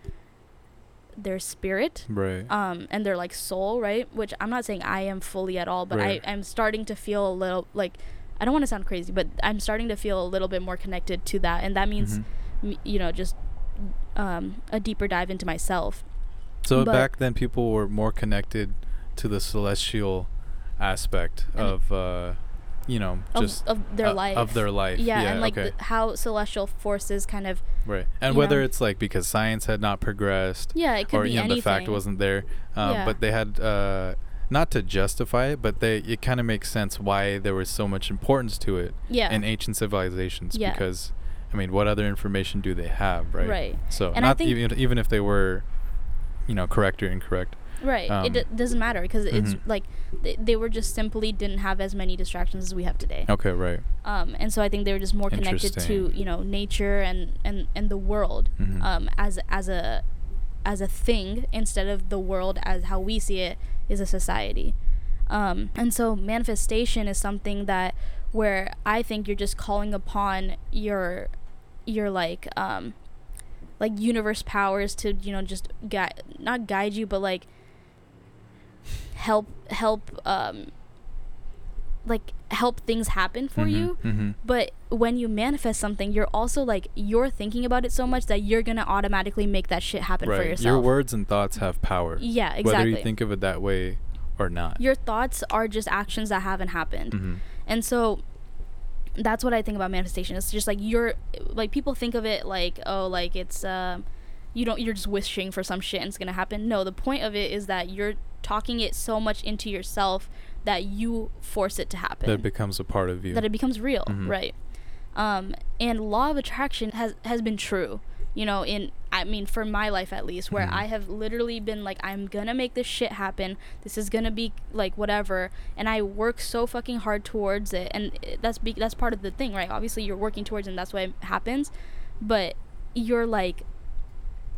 Speaker 2: their spirit
Speaker 1: Right.
Speaker 2: um and their like soul, right? Which I'm not saying I am fully at all, but
Speaker 1: Right.
Speaker 2: I I'm starting to feel a little like I don't want to sound crazy, but I'm starting to feel a little bit more connected to that and that means
Speaker 1: Mhm.
Speaker 2: m- you know, just um a deeper dive into myself.
Speaker 1: So
Speaker 2: But-
Speaker 1: back then, people were more connected to the celestial aspect
Speaker 2: And-
Speaker 1: of, uh, you know,
Speaker 2: Of,
Speaker 1: just
Speaker 2: of their
Speaker 1: uh,
Speaker 2: life.
Speaker 1: of their life.
Speaker 2: Yeah, and like
Speaker 1: okay.
Speaker 2: the, how celestial forces kind of
Speaker 1: right. And
Speaker 2: you
Speaker 1: whether
Speaker 2: know.
Speaker 1: it's like because science had not progressed,
Speaker 2: yeah, it could
Speaker 1: or
Speaker 2: be
Speaker 1: you know,
Speaker 2: anything.
Speaker 1: the fact wasn't there, um,
Speaker 2: Yeah.
Speaker 1: but they had. Uh, not to justify it, but they it kind of makes sense why there was so much importance to it
Speaker 2: yeah.
Speaker 1: in ancient civilizations
Speaker 2: Yeah.
Speaker 1: because I mean, what other information do they have, right?
Speaker 2: Right.
Speaker 1: So
Speaker 2: And I
Speaker 1: not
Speaker 2: think-
Speaker 1: even even if they were, you know, correct or incorrect.
Speaker 2: Right.
Speaker 1: Um,
Speaker 2: it d- doesn't matter because it's
Speaker 1: Mhm.
Speaker 2: like they, they were just simply didn't have as many distractions as we have today.
Speaker 1: Okay, right.
Speaker 2: Um, and so I think they were just more connected to
Speaker 1: Interesting.
Speaker 2: you know nature and and and the world
Speaker 1: Mhm.
Speaker 2: um, as as a as a thing instead of the world as how we see it is a society. Um, and so manifestation is something that where I think you're just calling upon your your like um, like universe powers to you know just guide not guide you but like help help um, like help things happen for you.
Speaker 1: Mm-hmm.
Speaker 2: But when you manifest something, you're also like you're thinking about it so much that you're gonna automatically make that shit happen for yourself.
Speaker 1: Your words and thoughts have power.
Speaker 2: Yeah,
Speaker 1: Whether you
Speaker 2: exactly.
Speaker 1: think of it that way or not. Mm-hmm.
Speaker 2: Your thoughts are just actions that haven't happened.
Speaker 1: Mhm.
Speaker 2: And so that's what I think about manifestation. It's just like you're like people think of it like oh like it's um you don't you're just wishing for some shit and it's gonna happen. No, the point of it is that you're talking it so much into yourself that you force it to happen.
Speaker 1: That becomes a part of you.
Speaker 2: that it becomes real,
Speaker 1: Mhm.
Speaker 2: right? Um, and law of attraction has has been true, you know. In I mean, for my life at least, where
Speaker 1: Mhm.
Speaker 2: I have literally been like, I'm gonna make this shit happen. This is gonna be like whatever, and I work so fucking hard towards it. And it- that's be- that's part of the thing, right? Obviously, you're working towards, it and that's why it happens. But you're like,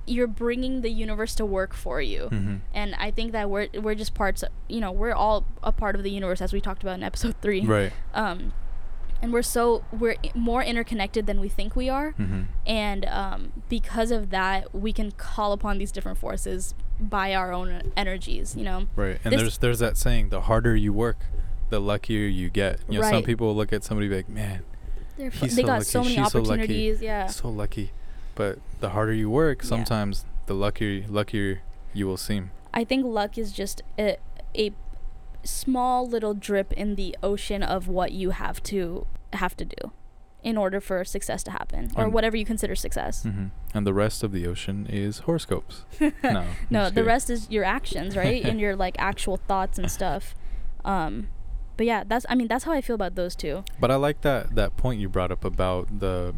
Speaker 2: you're bringing the universe to work for you
Speaker 1: mm-hmm.
Speaker 2: and I think that we're we're just parts. You know, we're all a part of the universe, as we talked about in episode three.
Speaker 1: Right.
Speaker 2: Um, and we're so we're i- more interconnected than we think we are,
Speaker 1: Mm-hmm.
Speaker 2: and um, because of that, we can call upon these different forces by our own energies. You know.
Speaker 1: Right. And
Speaker 2: This-
Speaker 1: there's there's that saying: the harder you work, the luckier you get. You know, some
Speaker 2: Right.
Speaker 1: people look at somebody be like, man,
Speaker 2: They're
Speaker 1: fu- He's
Speaker 2: they
Speaker 1: so
Speaker 2: got
Speaker 1: lucky,
Speaker 2: so many
Speaker 1: she's so lucky.
Speaker 2: opportunities. yeah.
Speaker 1: so lucky. But the harder you work,
Speaker 2: Yeah.
Speaker 1: sometimes the luckier luckier you will seem.
Speaker 2: I think luck is just a, a small little drip in the ocean of what you have to have to do in order for success to happen or
Speaker 1: Um,
Speaker 2: whatever you consider success.
Speaker 1: Mm-hmm. And the rest of the ocean is horoscopes. no, I'm
Speaker 2: no,
Speaker 1: just
Speaker 2: the
Speaker 1: kidding.
Speaker 2: rest is your actions, right? and your like actual thoughts and stuff. Um but yeah, that's I mean that's how I feel about those two.
Speaker 1: But I like that that point you brought up about the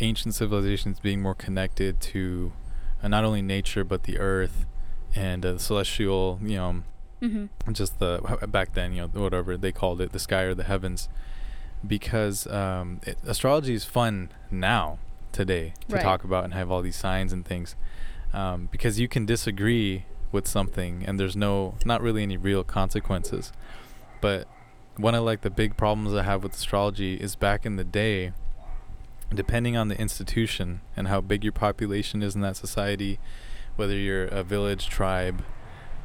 Speaker 1: ancient civilizations being more connected to uh, not only nature but the earth and uh, celestial, you know,
Speaker 2: Mhm.
Speaker 1: just the back then, you know, whatever they called it, the sky or the heavens, because um, it, astrology is fun now today to
Speaker 2: Right.
Speaker 1: talk about and have all these signs and things, um, because you can disagree with something and there's no not really any real consequences, but one of like the big problems I have with astrology is back in the day, depending on the institution and how big your population is in that society, whether you're a village, tribe,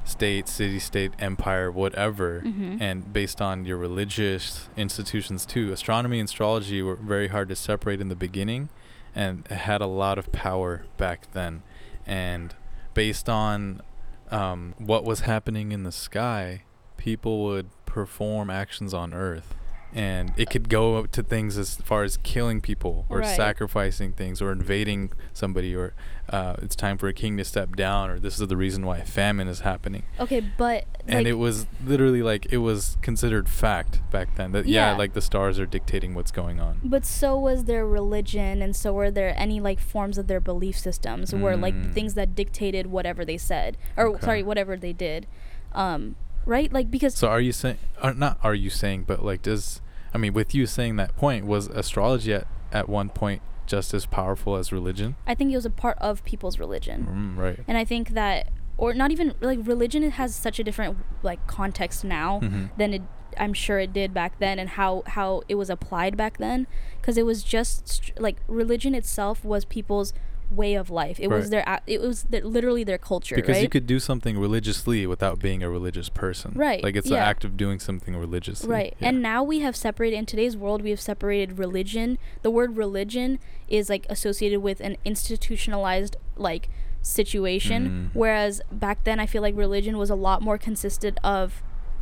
Speaker 1: state, city, state, empire, whatever,
Speaker 2: Mhm.
Speaker 1: and based on your religious institutions too. Astronomy and astrology were very hard to separate in the beginning and had a lot of power back then. And based on um, what was happening in the sky, people would perform actions on earth. And it could go up to things as far as killing people or
Speaker 2: Right.
Speaker 1: sacrificing things or invading somebody or uh, it's time for a king to step down or this is the reason why famine is happening
Speaker 2: Okay, but
Speaker 1: and
Speaker 2: like,
Speaker 1: it was literally like it was considered fact back then that yeah.
Speaker 2: Yeah.
Speaker 1: like the stars are dictating what's going on
Speaker 2: But so was their religion, and so were there any like forms of their belief systems, were like
Speaker 1: Mm.
Speaker 2: things that dictated whatever they said, or
Speaker 1: Okay.
Speaker 2: sorry, whatever they did, um, right? Like because
Speaker 1: so are you saying are not are you saying but like does i mean with you saying that point was astrology at, at one point just as powerful as religion
Speaker 2: I think it was a part of people's religion,
Speaker 1: mm, right
Speaker 2: and I think that, or not even like religion, it has such a different like context now
Speaker 1: Mhm.
Speaker 2: than it. I'm sure it did back then, and how how it was applied back then, because it was just str- like religion itself was people's way of life. It was
Speaker 1: Right.
Speaker 2: their a- it was their, literally their culture.
Speaker 1: because
Speaker 2: right?
Speaker 1: you could do something religiously without being a religious person
Speaker 2: Right,
Speaker 1: like it's the
Speaker 2: yeah.
Speaker 1: act of doing something religiously
Speaker 2: Right.
Speaker 1: Yeah.
Speaker 2: And now we have separated in today's world we have separated religion. The word religion is like associated with an institutionalized like situation
Speaker 1: Mm.
Speaker 2: whereas back then I feel like religion was a lot more consisted of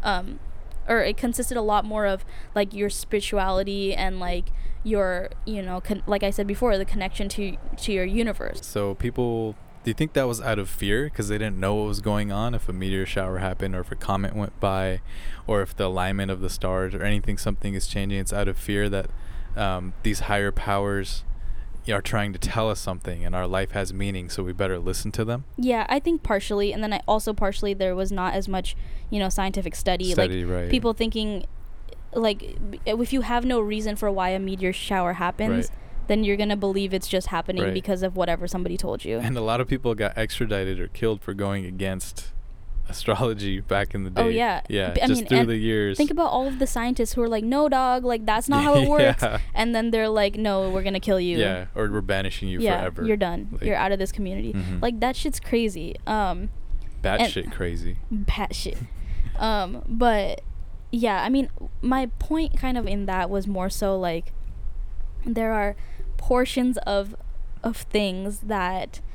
Speaker 2: um or it consisted a lot more of like your spirituality and like your you know con- like I said before the connection to to your universe.
Speaker 1: So people, do you think that was out of fear because they didn't know what was going on? If a meteor shower happened, or if a comet went by, or if the alignment of the stars or anything, something is changing, it's out of fear that um, these higher powers are trying to tell us something, and our life has meaning, so we better listen to them.
Speaker 2: Yeah, I think partially, and then I also partially there was not as much, you know, scientific study.
Speaker 1: Study,
Speaker 2: like
Speaker 1: right.
Speaker 2: people thinking, like, b- if you have no reason for why a meteor shower happens, then you're gonna believe it's just happening
Speaker 1: Right.
Speaker 2: because of whatever somebody told you.
Speaker 1: And a lot of people got extradited or killed for going against astrology back in the day.
Speaker 2: Oh yeah,
Speaker 1: yeah,
Speaker 2: B- I
Speaker 1: just
Speaker 2: mean,
Speaker 1: through
Speaker 2: and
Speaker 1: the years.
Speaker 2: Think about all of the scientists who are like, "No, dog, like that's not how it works,"
Speaker 1: Yeah.
Speaker 2: and then they're like, "No, we're gonna kill you."
Speaker 1: yeah, or we're banishing you
Speaker 2: Yeah,
Speaker 1: forever.
Speaker 2: you're done.
Speaker 1: Like,
Speaker 2: you're out of this community.
Speaker 1: Mhm.
Speaker 2: Like that shit's crazy. Um, and-
Speaker 1: batshit crazy.
Speaker 2: bat shit. um, but yeah, I mean, my point kind of in that was more so like there are portions of of things that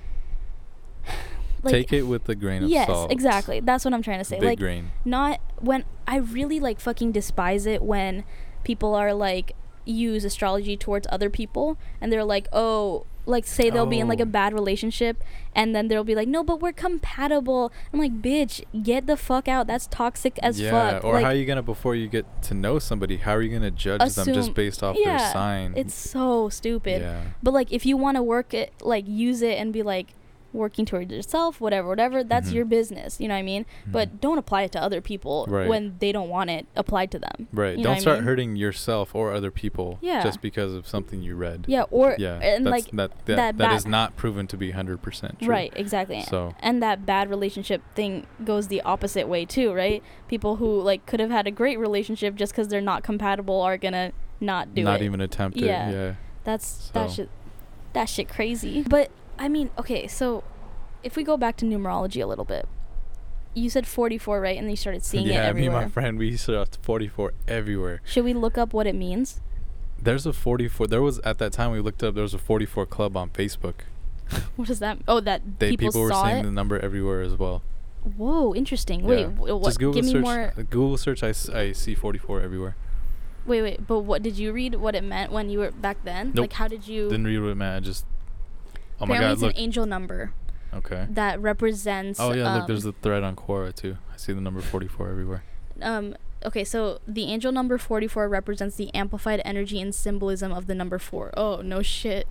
Speaker 1: Take it with a grain of
Speaker 2: yes,
Speaker 1: salt.
Speaker 2: exactly. That's what I'm trying to say.
Speaker 1: Big
Speaker 2: like
Speaker 1: grain.
Speaker 2: not when I really like fucking despise it when people are like use astrology towards other people and they're like, "Oh, like say they'll be in like
Speaker 1: Oh.
Speaker 2: a bad relationship and then they'll be like, "No, but we're compatible." I'm like, "Bitch, get the fuck out. That's toxic as
Speaker 1: yeah,
Speaker 2: fuck."
Speaker 1: or
Speaker 2: like,
Speaker 1: how you gonna before you get to know somebody? How are you gonna judge them
Speaker 2: assume-
Speaker 1: just based off
Speaker 2: Yeah,
Speaker 1: their sign?
Speaker 2: It's so stupid.
Speaker 1: Yeah.
Speaker 2: But like if you want to work it like use it and be like working towards yourself, whatever, whatever, that's
Speaker 1: Mhm.
Speaker 2: your business, you know what I mean? But don't apply it to other people
Speaker 1: Mm-hmm. Right.
Speaker 2: when they don't want it applied to them.
Speaker 1: right.
Speaker 2: you know
Speaker 1: Don't
Speaker 2: what I
Speaker 1: start
Speaker 2: mean?
Speaker 1: hurting yourself or other people
Speaker 2: Yeah.
Speaker 1: just because of something you read.
Speaker 2: Yeah, or
Speaker 1: Yeah,
Speaker 2: and
Speaker 1: that's,
Speaker 2: like
Speaker 1: that that,
Speaker 2: that
Speaker 1: that
Speaker 2: ba-
Speaker 1: is not proven to be hundred percent true.
Speaker 2: Right, exactly.
Speaker 1: So-
Speaker 2: and that bad relationship thing goes the opposite way too, right? People who like could have had a great relationship just because they're not compatible are gonna not do
Speaker 1: not
Speaker 2: it.
Speaker 1: even attempt
Speaker 2: Yeah.
Speaker 1: it. Yeah.
Speaker 2: That's that
Speaker 1: So-
Speaker 2: shit. That shit crazy. But I mean, okay, so if we go back to numerology a little bit, you said 44, right? And then you started seeing
Speaker 1: yeah,
Speaker 2: it
Speaker 1: me and
Speaker 2: everywhere.
Speaker 1: my friend, we saw 44 everywhere.
Speaker 2: Should we look up what it means?
Speaker 1: There's a 44. There was at that time we looked up. There was a 44 club on Facebook.
Speaker 2: What does that? Oh, that
Speaker 1: They
Speaker 2: people,
Speaker 1: people, were
Speaker 2: saw
Speaker 1: seeing
Speaker 2: it.
Speaker 1: the number everywhere as well.
Speaker 2: Whoa, interesting. Wait,
Speaker 1: Yeah.
Speaker 2: wh- what?
Speaker 1: Just Google
Speaker 2: give me
Speaker 1: search. Uh,
Speaker 2: more.
Speaker 1: Google search. I, s- I see 44 everywhere.
Speaker 2: Wait, wait. But what did you read? What it meant when you were back then?
Speaker 1: Nope.
Speaker 2: Like, how did you?
Speaker 1: Didn't read what it meant. I just. Oh my
Speaker 2: apparently,
Speaker 1: God!
Speaker 2: it's
Speaker 1: Look.
Speaker 2: an angel number
Speaker 1: okay.
Speaker 2: that represents.
Speaker 1: Oh yeah.
Speaker 2: Um,
Speaker 1: look, there's the thread on Quora too. I see the number 44 everywhere.
Speaker 2: um okay so the angel number 44 represents the amplified energy and symbolism of the number 4 oh no shit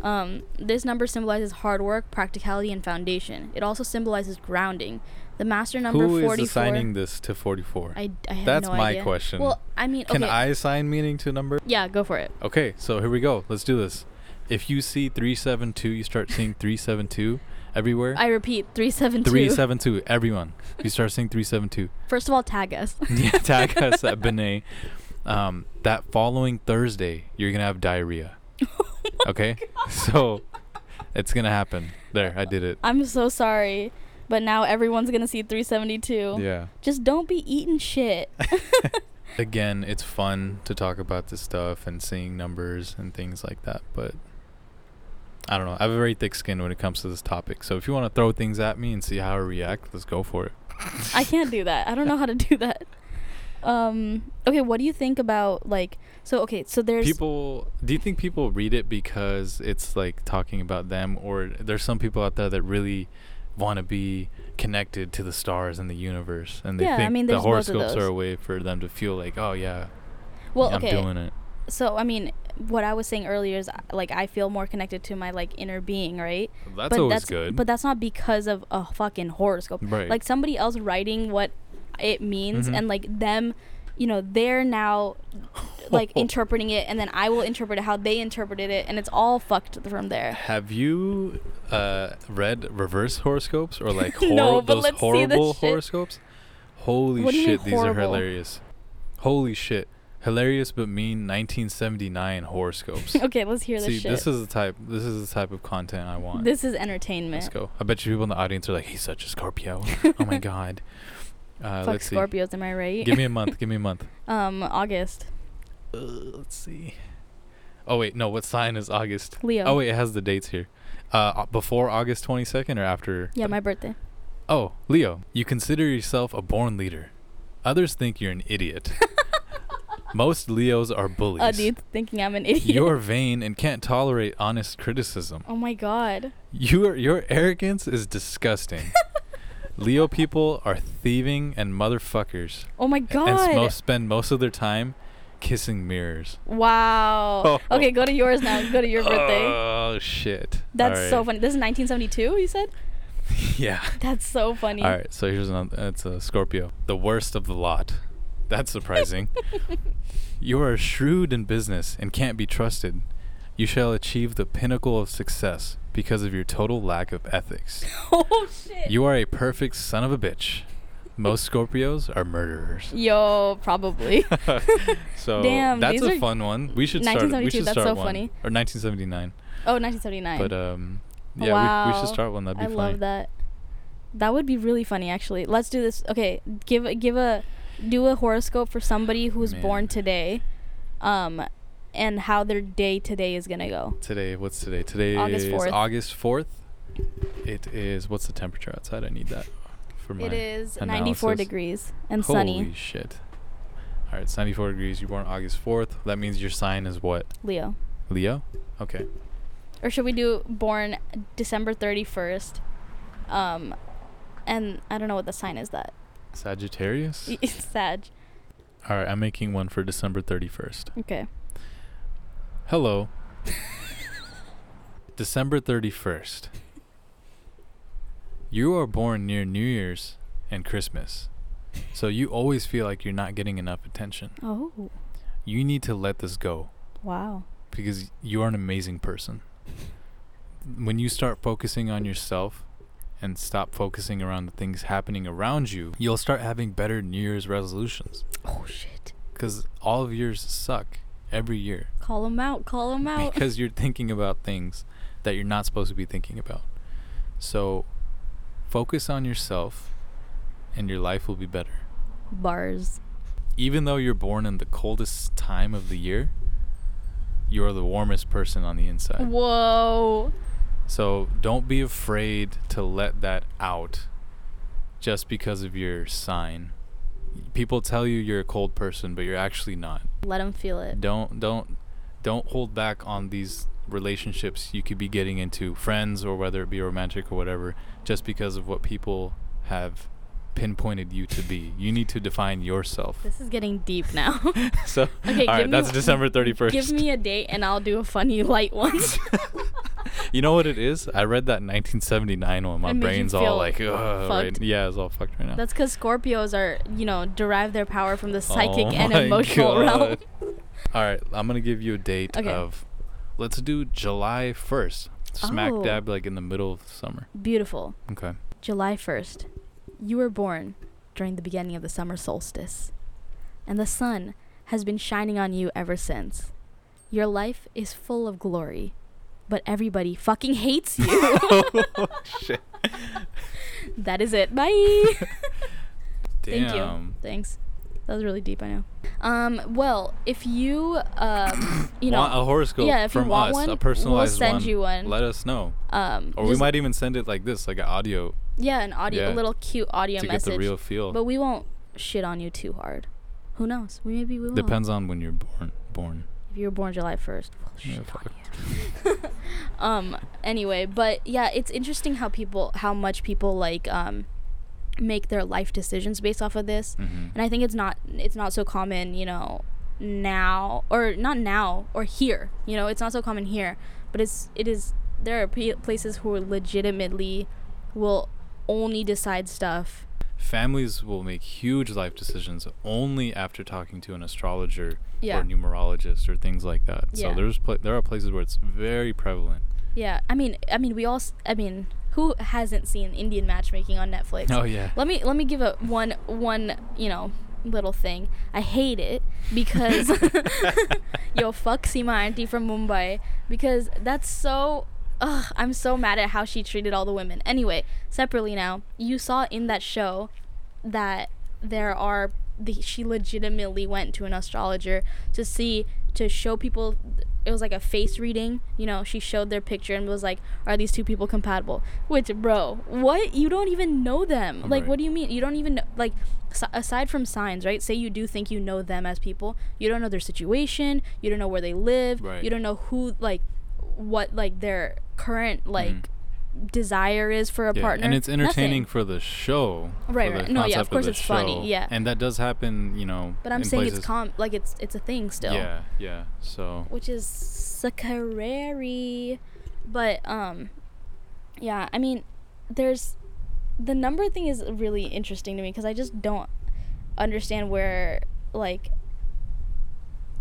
Speaker 2: um this number symbolizes hard work practicality and foundation it also symbolizes grounding the master number
Speaker 1: Who is
Speaker 2: 44
Speaker 1: assigning this to 44?
Speaker 2: I, I have
Speaker 1: That's
Speaker 2: no
Speaker 1: my
Speaker 2: idea.
Speaker 1: question.
Speaker 2: well i mean okay
Speaker 1: Can I assign meaning to a number?
Speaker 2: yeah go for it
Speaker 1: Okay, so here we go. Let's do this. If you see 372, you start seeing 372 everywhere.
Speaker 2: i repeat 372
Speaker 1: 372, everyone. You start seeing 372.
Speaker 2: first of all tag us
Speaker 1: Yeah, Tag us at Benet. Um, that following Thursday, you're going to have diarrhea.
Speaker 2: Oh
Speaker 1: Okay? So it's going to happen. There, I did it.
Speaker 2: i'm so sorry but now everyone's gonna see 372
Speaker 1: Yeah.
Speaker 2: just don't be eating shit
Speaker 1: Again, it's fun to talk about this stuff and seeing numbers and things like that, but I don't know. I have a very thick skin when it comes to this topic. So if you want to throw things at me and see how I react, let's go for it.
Speaker 2: I can't do that. I don't know how to do that. Um okay, what do you think about like so okay, so there's
Speaker 1: people do you think people read it because it's like talking about them or there's some people out there that really want to be connected to the stars and the universe and they
Speaker 2: Yeah, I
Speaker 1: think
Speaker 2: mean,
Speaker 1: the
Speaker 2: there's both of
Speaker 1: horoscopes are
Speaker 2: those.
Speaker 1: a way for them to feel like oh yeah
Speaker 2: well
Speaker 1: i'm
Speaker 2: okay.
Speaker 1: doing it
Speaker 2: So I mean, what I was saying earlier is uh, like I feel more connected to my like inner being, right?
Speaker 1: That's always good.
Speaker 2: But that's not because of a fucking horoscope.
Speaker 1: Right.
Speaker 2: Like somebody else writing what it means
Speaker 1: Mhm.
Speaker 2: and like them, you know, they're now like interpreting it and then I will interpret it how they interpreted it and it's all fucked from there.
Speaker 1: have you uh, read reverse horoscopes or like hor-
Speaker 2: No, but
Speaker 1: those
Speaker 2: let's see this
Speaker 1: horrible
Speaker 2: shit.
Speaker 1: horoscopes holy
Speaker 2: What do you mean
Speaker 1: shit these are
Speaker 2: horrible?
Speaker 1: hilarious holy shit hilarious but mean 1979 horoscopes
Speaker 2: okay, let's hear this
Speaker 1: see
Speaker 2: shit.
Speaker 1: this is the type this is the type of content i want
Speaker 2: this is entertainment.
Speaker 1: Let's go. I bet you people in the audience are like, he's such a Scorpio. oh my god. Uh,
Speaker 2: Fuck
Speaker 1: let's see.
Speaker 2: Scorpios, am I right?
Speaker 1: Give me a month. Give me a month.
Speaker 2: um August.
Speaker 1: Uh, let's see. Oh wait, no. What sign is August?
Speaker 2: Leo.
Speaker 1: Oh wait, it has the dates here. Uh, au- before August 22nd or after?
Speaker 2: Yeah, my birthday.
Speaker 1: Oh, Leo. You consider yourself a born leader. Others think you're an idiot. Most Leos are bullies.
Speaker 2: Uh, dude, thinking I'm an idiot.
Speaker 1: You're vain and can't tolerate honest criticism.
Speaker 2: oh my god.
Speaker 1: Your your arrogance is disgusting. Leo people are thieving and motherfuckers,
Speaker 2: Oh my
Speaker 1: and s-
Speaker 2: god.
Speaker 1: most spend most of their time kissing mirrors.
Speaker 2: wow. Oh, Okay, go to yours now. Go to your birthday.
Speaker 1: Oh shit!
Speaker 2: That's so
Speaker 1: Alright.
Speaker 2: funny. This is 1972, you said?
Speaker 1: yeah.
Speaker 2: That's so funny.
Speaker 1: All right, so here's another. That's a Scorpio, the worst of the lot. That's surprising. you are shrewd in business and can't be trusted. You shall achieve the pinnacle of success because of your total lack of ethics.
Speaker 2: oh shit.
Speaker 1: You are a perfect son of a bitch. Most Scorpios are murderers.
Speaker 2: Yo, probably.
Speaker 1: So
Speaker 2: Damn,
Speaker 1: that's
Speaker 2: these
Speaker 1: a
Speaker 2: are-
Speaker 1: fun one. We should start. We
Speaker 2: 1972,
Speaker 1: should
Speaker 2: that's
Speaker 1: start
Speaker 2: so
Speaker 1: one.
Speaker 2: funny.
Speaker 1: Or 1979.
Speaker 2: oh, 1979.
Speaker 1: But um, yeah, we, we
Speaker 2: Wow.
Speaker 1: should start one. That'd be
Speaker 2: I
Speaker 1: funny.
Speaker 2: love that. That would be really funny actually. Let's do this. Okay, give a- give a do a horoscope for somebody who's
Speaker 1: Man.
Speaker 2: born today. Um and how their day today is going to go.
Speaker 1: Today, what's today? Today
Speaker 2: August
Speaker 1: is
Speaker 2: 4th.
Speaker 1: August 4th. It is. What's the temperature outside? I need that for my.
Speaker 2: It is 94
Speaker 1: analysis.
Speaker 2: degrees and
Speaker 1: Holy
Speaker 2: sunny.
Speaker 1: shit! All right, it's 94 degrees. You're born August 4th. That means your sign is what?
Speaker 2: Leo.
Speaker 1: Leo? Okay.
Speaker 2: Or should we do born December 31st? Um, and I don't know what the sign is that.
Speaker 1: Sagittarius?
Speaker 2: It's Sag.
Speaker 1: All right, I'm making one for December 31st.
Speaker 2: Okay.
Speaker 1: Hello. December 31st. You are born near New Year's and Christmas. So you always feel like you're not getting enough attention.
Speaker 2: Oh,
Speaker 1: You need to let this go
Speaker 2: wow.
Speaker 1: because you are an amazing person. When you start focusing on yourself and stop focusing around the things happening around you, you'll start having better New Year's resolutions
Speaker 2: Oh, shit.
Speaker 1: because all of yours suck every year.
Speaker 2: Call him out. Call him out.
Speaker 1: because you're thinking about things that you're not supposed to be thinking about. So focus on yourself and your life will be better.
Speaker 2: Bars.
Speaker 1: Even though you're born in the coldest time of the year, you're the warmest person on the inside.
Speaker 2: Whoa.
Speaker 1: So don't be afraid to let that out just because of your sign. People tell you you're a cold person, but you're actually not
Speaker 2: Let him feel it.
Speaker 1: don't don't don't hold back on these relationships you could be getting into friends or whether it be romantic or whatever just because of what people have pinpointed you to be you need to define yourself
Speaker 2: This is getting deep now.
Speaker 1: so
Speaker 2: Okay,
Speaker 1: all
Speaker 2: give
Speaker 1: right
Speaker 2: me
Speaker 1: that's
Speaker 2: one-
Speaker 1: december 31st
Speaker 2: Give me a date and I'll do a funny light one.
Speaker 1: you know what it is i read that 1979 one my
Speaker 2: It made you
Speaker 1: brain's
Speaker 2: feel
Speaker 1: all like Ugh, right?
Speaker 2: fucked.
Speaker 1: yeah it's all fucked right now
Speaker 2: That's because Scorpios are, you know, derive their power from the psychic
Speaker 1: Oh
Speaker 2: and
Speaker 1: my
Speaker 2: emotional realm.
Speaker 1: God. All right, I'm gonna give you a date
Speaker 2: Okay.
Speaker 1: of, let's do July 1st, smack
Speaker 2: Oh.
Speaker 1: dab like in the middle of summer.
Speaker 2: Beautiful.
Speaker 1: Okay.
Speaker 2: July 1st. You were born during the beginning of the summer solstice, and the sun has been shining on you ever since. Your life is full of glory, but everybody fucking hates you.
Speaker 1: Oh, Shit.
Speaker 2: that is it. Bye.
Speaker 1: Damn.
Speaker 2: Thank you. Thanks. That was really deep, I know. Um, well, if you um, you know
Speaker 1: want a horoscope
Speaker 2: yeah, if you
Speaker 1: from
Speaker 2: want
Speaker 1: us,
Speaker 2: one,
Speaker 1: a
Speaker 2: we'll
Speaker 1: personalized
Speaker 2: send
Speaker 1: one,
Speaker 2: you one.
Speaker 1: Let us know,
Speaker 2: um
Speaker 1: or we
Speaker 2: just-
Speaker 1: might even send it like this, like an audio,
Speaker 2: yeah, an audio
Speaker 1: yeah,
Speaker 2: a little cute audio
Speaker 1: to get
Speaker 2: message.
Speaker 1: the real feel.
Speaker 2: But we won't shit on you too hard. Who knows? We maybe we won't.
Speaker 1: Depends on when you're born. Born.
Speaker 2: If you were born July 1st, well,
Speaker 1: Yeah,
Speaker 2: shit on
Speaker 1: fuck.
Speaker 2: you. um, anyway, but yeah, it's interesting how people, how much people like, um, make their life decisions based off of this.
Speaker 1: Mhm.
Speaker 2: And I think it's not, it's not so common, you know, now or not now or here. You know, it's not so common here, but it's, it is. There are p- places who legitimately will only decide stuff.
Speaker 1: Families will make huge life decisions only after talking to an astrologer
Speaker 2: Yeah.
Speaker 1: or numerologist or things like that.
Speaker 2: Yeah.
Speaker 1: So there's pla- there are places where it's very prevalent.
Speaker 2: Yeah, I mean, I mean, we all, s- I mean, who hasn't seen Indian matchmaking on Netflix?
Speaker 1: Oh, yeah.
Speaker 2: Let me let me give a one one you know little thing. I hate it because yo fuck see my auntie from Mumbai because that's so. Ugh, I'm so mad at how she treated all the women. Anyway, separately now, you saw in that show that there are the, she legitimately went to an astrologer to see to show people it was like a face reading you know she showed their picture and was like are these two people compatible which bro what you don't even know them like
Speaker 1: Right.
Speaker 2: what do you mean you don't even know like s- aside from signs right say you do think you know them as people you don't know their situation you don't know where they live
Speaker 1: Right.
Speaker 2: you don't know who like what like their current like desire is for a
Speaker 1: Mm. Yeah,
Speaker 2: partner
Speaker 1: And it's entertaining
Speaker 2: Nothing.
Speaker 1: for the show.
Speaker 2: Right,
Speaker 1: for the
Speaker 2: right. No, yeah,
Speaker 1: concept
Speaker 2: of course
Speaker 1: the
Speaker 2: it's funny,
Speaker 1: show,
Speaker 2: yeah.
Speaker 1: And that does happen, you know.
Speaker 2: But I'm
Speaker 1: in
Speaker 2: saying
Speaker 1: places-
Speaker 2: it's com like it's it's a thing still.
Speaker 1: Yeah, yeah. So
Speaker 2: Which is scary. But um yeah, I mean there's the number thing is really interesting to me cuz I just don't understand where like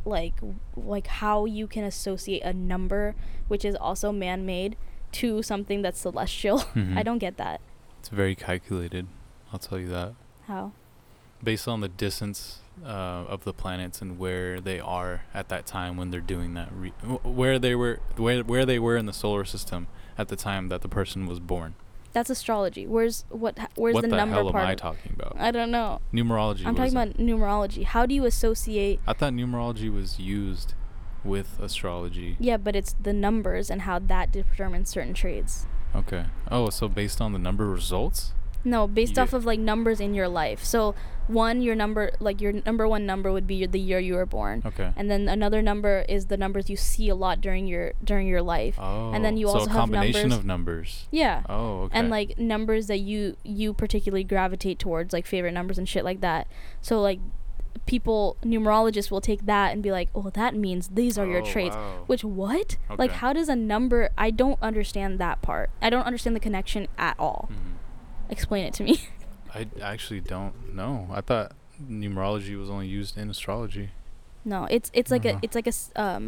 Speaker 2: like like how you can associate a number which is also man-made to something that's celestial.
Speaker 1: Mhm.
Speaker 2: I don't get that.
Speaker 1: it's very calculated. I'll tell you that.
Speaker 2: How?
Speaker 1: Based on the distance uh, of the planets and where they are at that time when they're doing that, re- wh- where they were, where where they were in the solar system at the time that the person was born.
Speaker 2: That's astrology. Where's what where's
Speaker 1: what
Speaker 2: the,
Speaker 1: the,
Speaker 2: number
Speaker 1: hell
Speaker 2: part?
Speaker 1: am I
Speaker 2: of-
Speaker 1: talking about?
Speaker 2: I don't know.
Speaker 1: numerology.
Speaker 2: I'm
Speaker 1: what is
Speaker 2: talking
Speaker 1: it?
Speaker 2: about numerology. How do you associate?
Speaker 1: I thought numerology was used with astrology.
Speaker 2: Yeah, but it's the numbers and how that determines certain trades.
Speaker 1: Okay. Oh, so based on the number of results?
Speaker 2: No, based
Speaker 1: Yeah.
Speaker 2: off of like numbers in your life. So one, your number, like your number one number would be the year you were born.
Speaker 1: Okay.
Speaker 2: And then another number is the numbers you see a lot during your during your life.
Speaker 1: oh.
Speaker 2: and then you
Speaker 1: so
Speaker 2: also
Speaker 1: a
Speaker 2: have
Speaker 1: combination
Speaker 2: numbers-
Speaker 1: of numbers.
Speaker 2: Yeah.
Speaker 1: Oh, okay.
Speaker 2: And like numbers that you you particularly gravitate towards, like favorite numbers and shit like that. So like people numerologists will take that and be like, "Oh, that means these are your
Speaker 1: Oh,
Speaker 2: traits."
Speaker 1: wow.
Speaker 2: Which what? Like
Speaker 1: Okay.
Speaker 2: how does a number I don't understand that part. I don't understand the connection at all.
Speaker 1: Mhm.
Speaker 2: Explain it to me.
Speaker 1: I actually don't know. I thought numerology was only used in astrology.
Speaker 2: No, it's it's like
Speaker 1: Uh-huh.
Speaker 2: a it's like a s- um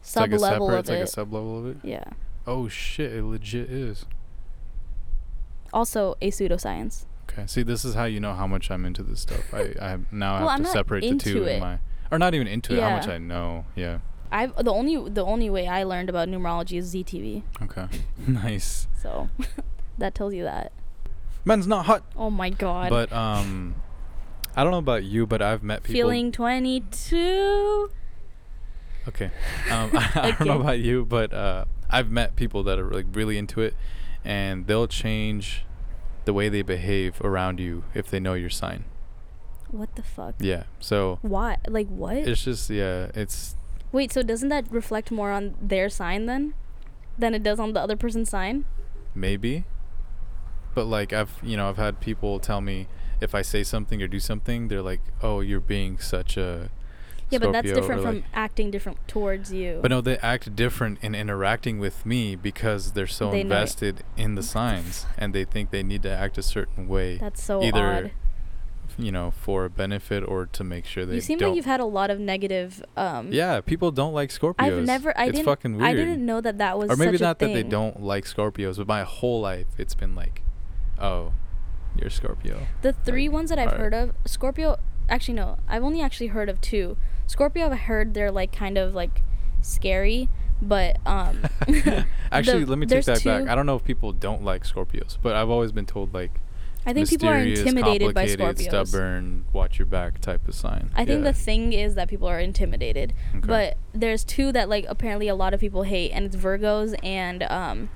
Speaker 1: It's
Speaker 2: sub
Speaker 1: like a
Speaker 2: level
Speaker 1: separate,
Speaker 2: of
Speaker 1: it's like
Speaker 2: it.
Speaker 1: a sub level of it.
Speaker 2: yeah.
Speaker 1: Oh shit, it legit is.
Speaker 2: Also a pseudoscience.
Speaker 1: Okay. See, this is how you know how much I'm into this stuff. I, I have- now I have
Speaker 2: Well, I'm
Speaker 1: to
Speaker 2: not
Speaker 1: separate the two
Speaker 2: into
Speaker 1: in
Speaker 2: it.
Speaker 1: my or not even into it, how much
Speaker 2: Yeah.
Speaker 1: I know. Yeah.
Speaker 2: I've the only the only way I learned about numerology is ZTV.
Speaker 1: Okay. nice.
Speaker 2: So that tells you that.
Speaker 1: Man's not hot.
Speaker 2: Oh my god.
Speaker 1: But um I don't know about you, but I've met people
Speaker 2: feeling 22.
Speaker 1: Okay. Um, I, don't know
Speaker 2: Okay.
Speaker 1: about you, but uh, I've met people that are like really into it, and they'll change the way they behave around you if they know your sign.
Speaker 2: What the fuck?
Speaker 1: Yeah. So
Speaker 2: Why? Like what?
Speaker 1: it's just yeah, it's
Speaker 2: Wait, so doesn't that reflect more on their sign then than it does on the other person's sign?
Speaker 1: maybe, but like I've you know I've had people tell me if I say something or do something, they're like, oh, you're being such a
Speaker 2: Yeah, but that's
Speaker 1: Scorpio," or,
Speaker 2: different from
Speaker 1: like-
Speaker 2: acting different towards you.
Speaker 1: But no, they act different in interacting with me because they're so
Speaker 2: They know it.
Speaker 1: invested in the signs and they think they need to act a certain way.
Speaker 2: That's so
Speaker 1: either,
Speaker 2: odd.
Speaker 1: You know, for a benefit or to make sure they
Speaker 2: You seem
Speaker 1: don't.
Speaker 2: like you've had a lot of negative um
Speaker 1: yeah, people don't like Scorpios.
Speaker 2: I've never. I
Speaker 1: it's
Speaker 2: didn't.
Speaker 1: fucking weird.
Speaker 2: I didn't know that that was.
Speaker 1: or maybe
Speaker 2: such a
Speaker 1: not that they
Speaker 2: thing.
Speaker 1: don't like Scorpios, but my whole life it's been like, oh, you're a Scorpio.
Speaker 2: The three
Speaker 1: like,
Speaker 2: ones that I've
Speaker 1: alright.
Speaker 2: heard of, Scorpio. Actually, no. I've only actually heard of two. Scorpio. I've heard they're like kind of like scary, but um. the-
Speaker 1: Actually, let me take
Speaker 2: there's
Speaker 1: that back.
Speaker 2: two-
Speaker 1: I don't know if people don't like Scorpios, but I've always been told like
Speaker 2: I think people are
Speaker 1: mysterious,
Speaker 2: intimidated by
Speaker 1: complicated,
Speaker 2: Scorpios.
Speaker 1: stubborn, watch your back type of sign.
Speaker 2: I think
Speaker 1: Yeah.
Speaker 2: the thing is that people are intimidated,
Speaker 1: Okay.
Speaker 2: but there's two that like apparently a lot of people hate, and it's Virgos and um,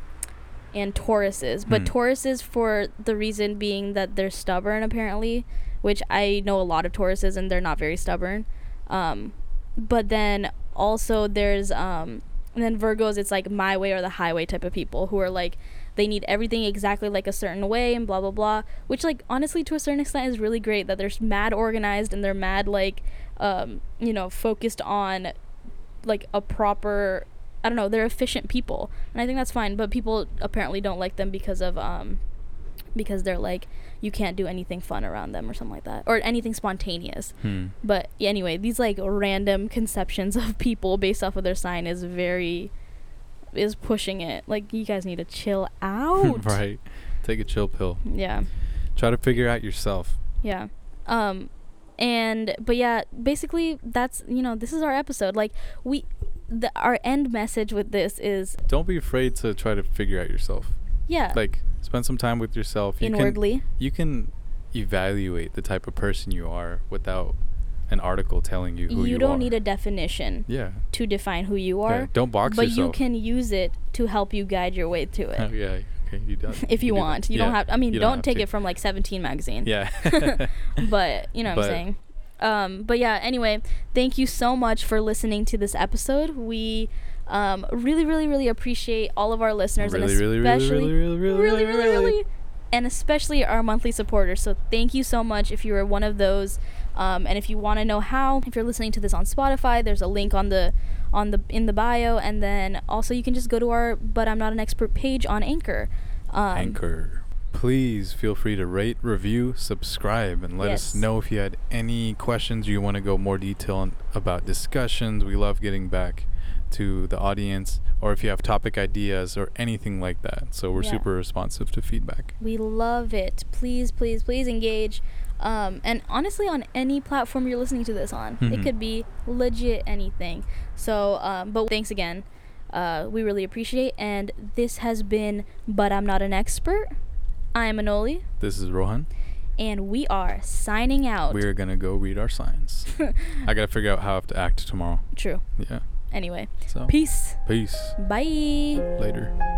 Speaker 2: and Tauruses. But
Speaker 1: Hmm.
Speaker 2: Tauruses for the reason being that they're stubborn apparently, which I know a lot of Tauruses and they're not very stubborn. Um, but then also there's um, and then Virgos it's like my way or the highway type of people who are like they need everything exactly like a certain way and blah blah blah which like honestly to a certain extent is really great that they're s- mad organized and they're mad like um you know focused on like a proper i don't know they're efficient people and i think that's fine but people apparently don't like them because of um because they're like you can't do anything fun around them or something like that or anything spontaneous
Speaker 1: Hmm.
Speaker 2: but yeah, anyway these like random conceptions of people based off of their sign is very is pushing it like you guys need to chill out
Speaker 1: right. Take a chill pill.
Speaker 2: yeah
Speaker 1: Try to figure out yourself.
Speaker 2: yeah um and but yeah basically that's you know this is our episode like we the, our end message with this is
Speaker 1: Don't be afraid to try to figure out yourself.
Speaker 2: yeah
Speaker 1: Like spend some time with yourself. You
Speaker 2: Uh, inwardly
Speaker 1: Can, you can evaluate the type of person you are without an article telling you who
Speaker 2: you,
Speaker 1: you,
Speaker 2: don't
Speaker 1: are.
Speaker 2: need a definition
Speaker 1: yeah.
Speaker 2: to define who you
Speaker 1: Yeah,
Speaker 2: are
Speaker 1: Don't box
Speaker 2: but
Speaker 1: yourself.
Speaker 2: you can use it to help you guide your way to it
Speaker 1: Oh, yeah. Okay. You don't.
Speaker 2: if you,
Speaker 1: do that.
Speaker 2: want you
Speaker 1: Yeah,
Speaker 2: don't have i mean
Speaker 1: you
Speaker 2: don't,
Speaker 1: have
Speaker 2: take
Speaker 1: to.
Speaker 2: it from like 17 magazine
Speaker 1: Yeah.
Speaker 2: but you know what
Speaker 1: But-
Speaker 2: i'm saying um, but yeah anyway thank you so much for listening to this episode we um, really really really appreciate all of our listeners
Speaker 1: really,
Speaker 2: and
Speaker 1: really, really,
Speaker 2: especially
Speaker 1: really, really, really,
Speaker 2: really, really, really, and especially our monthly supporters. So thank you so much if you are one of those. Um, and if you want to know how, if you're listening to this on Spotify, there's a link on the on the in the bio, and then also you can just go to our "But I'm Not an Expert" page on Anchor. Um,
Speaker 1: Anchor. Please feel free to rate, review, subscribe, and let us
Speaker 2: Yes.
Speaker 1: know if you had any questions you want to go more detail on about discussions. We love getting back to the audience, or if you have topic ideas or anything like that. So we're
Speaker 2: Yeah.
Speaker 1: super responsive to feedback.
Speaker 2: We love it. Please, please, please engage. Um, and honestly, on any platform you're listening to this on,
Speaker 1: Mhm.
Speaker 2: it could be legit anything. So, um, but thanks again. Uh, we really appreciate. And this has been, but I'm not an expert. I am Anoli,
Speaker 1: This is Rohan.
Speaker 2: and we are signing out.
Speaker 1: We're gonna go read our signs. I gotta figure out how I have to act tomorrow.
Speaker 2: True.
Speaker 1: Yeah.
Speaker 2: Anyway,
Speaker 1: So
Speaker 2: peace.
Speaker 1: peace.
Speaker 2: Bye.
Speaker 1: Later.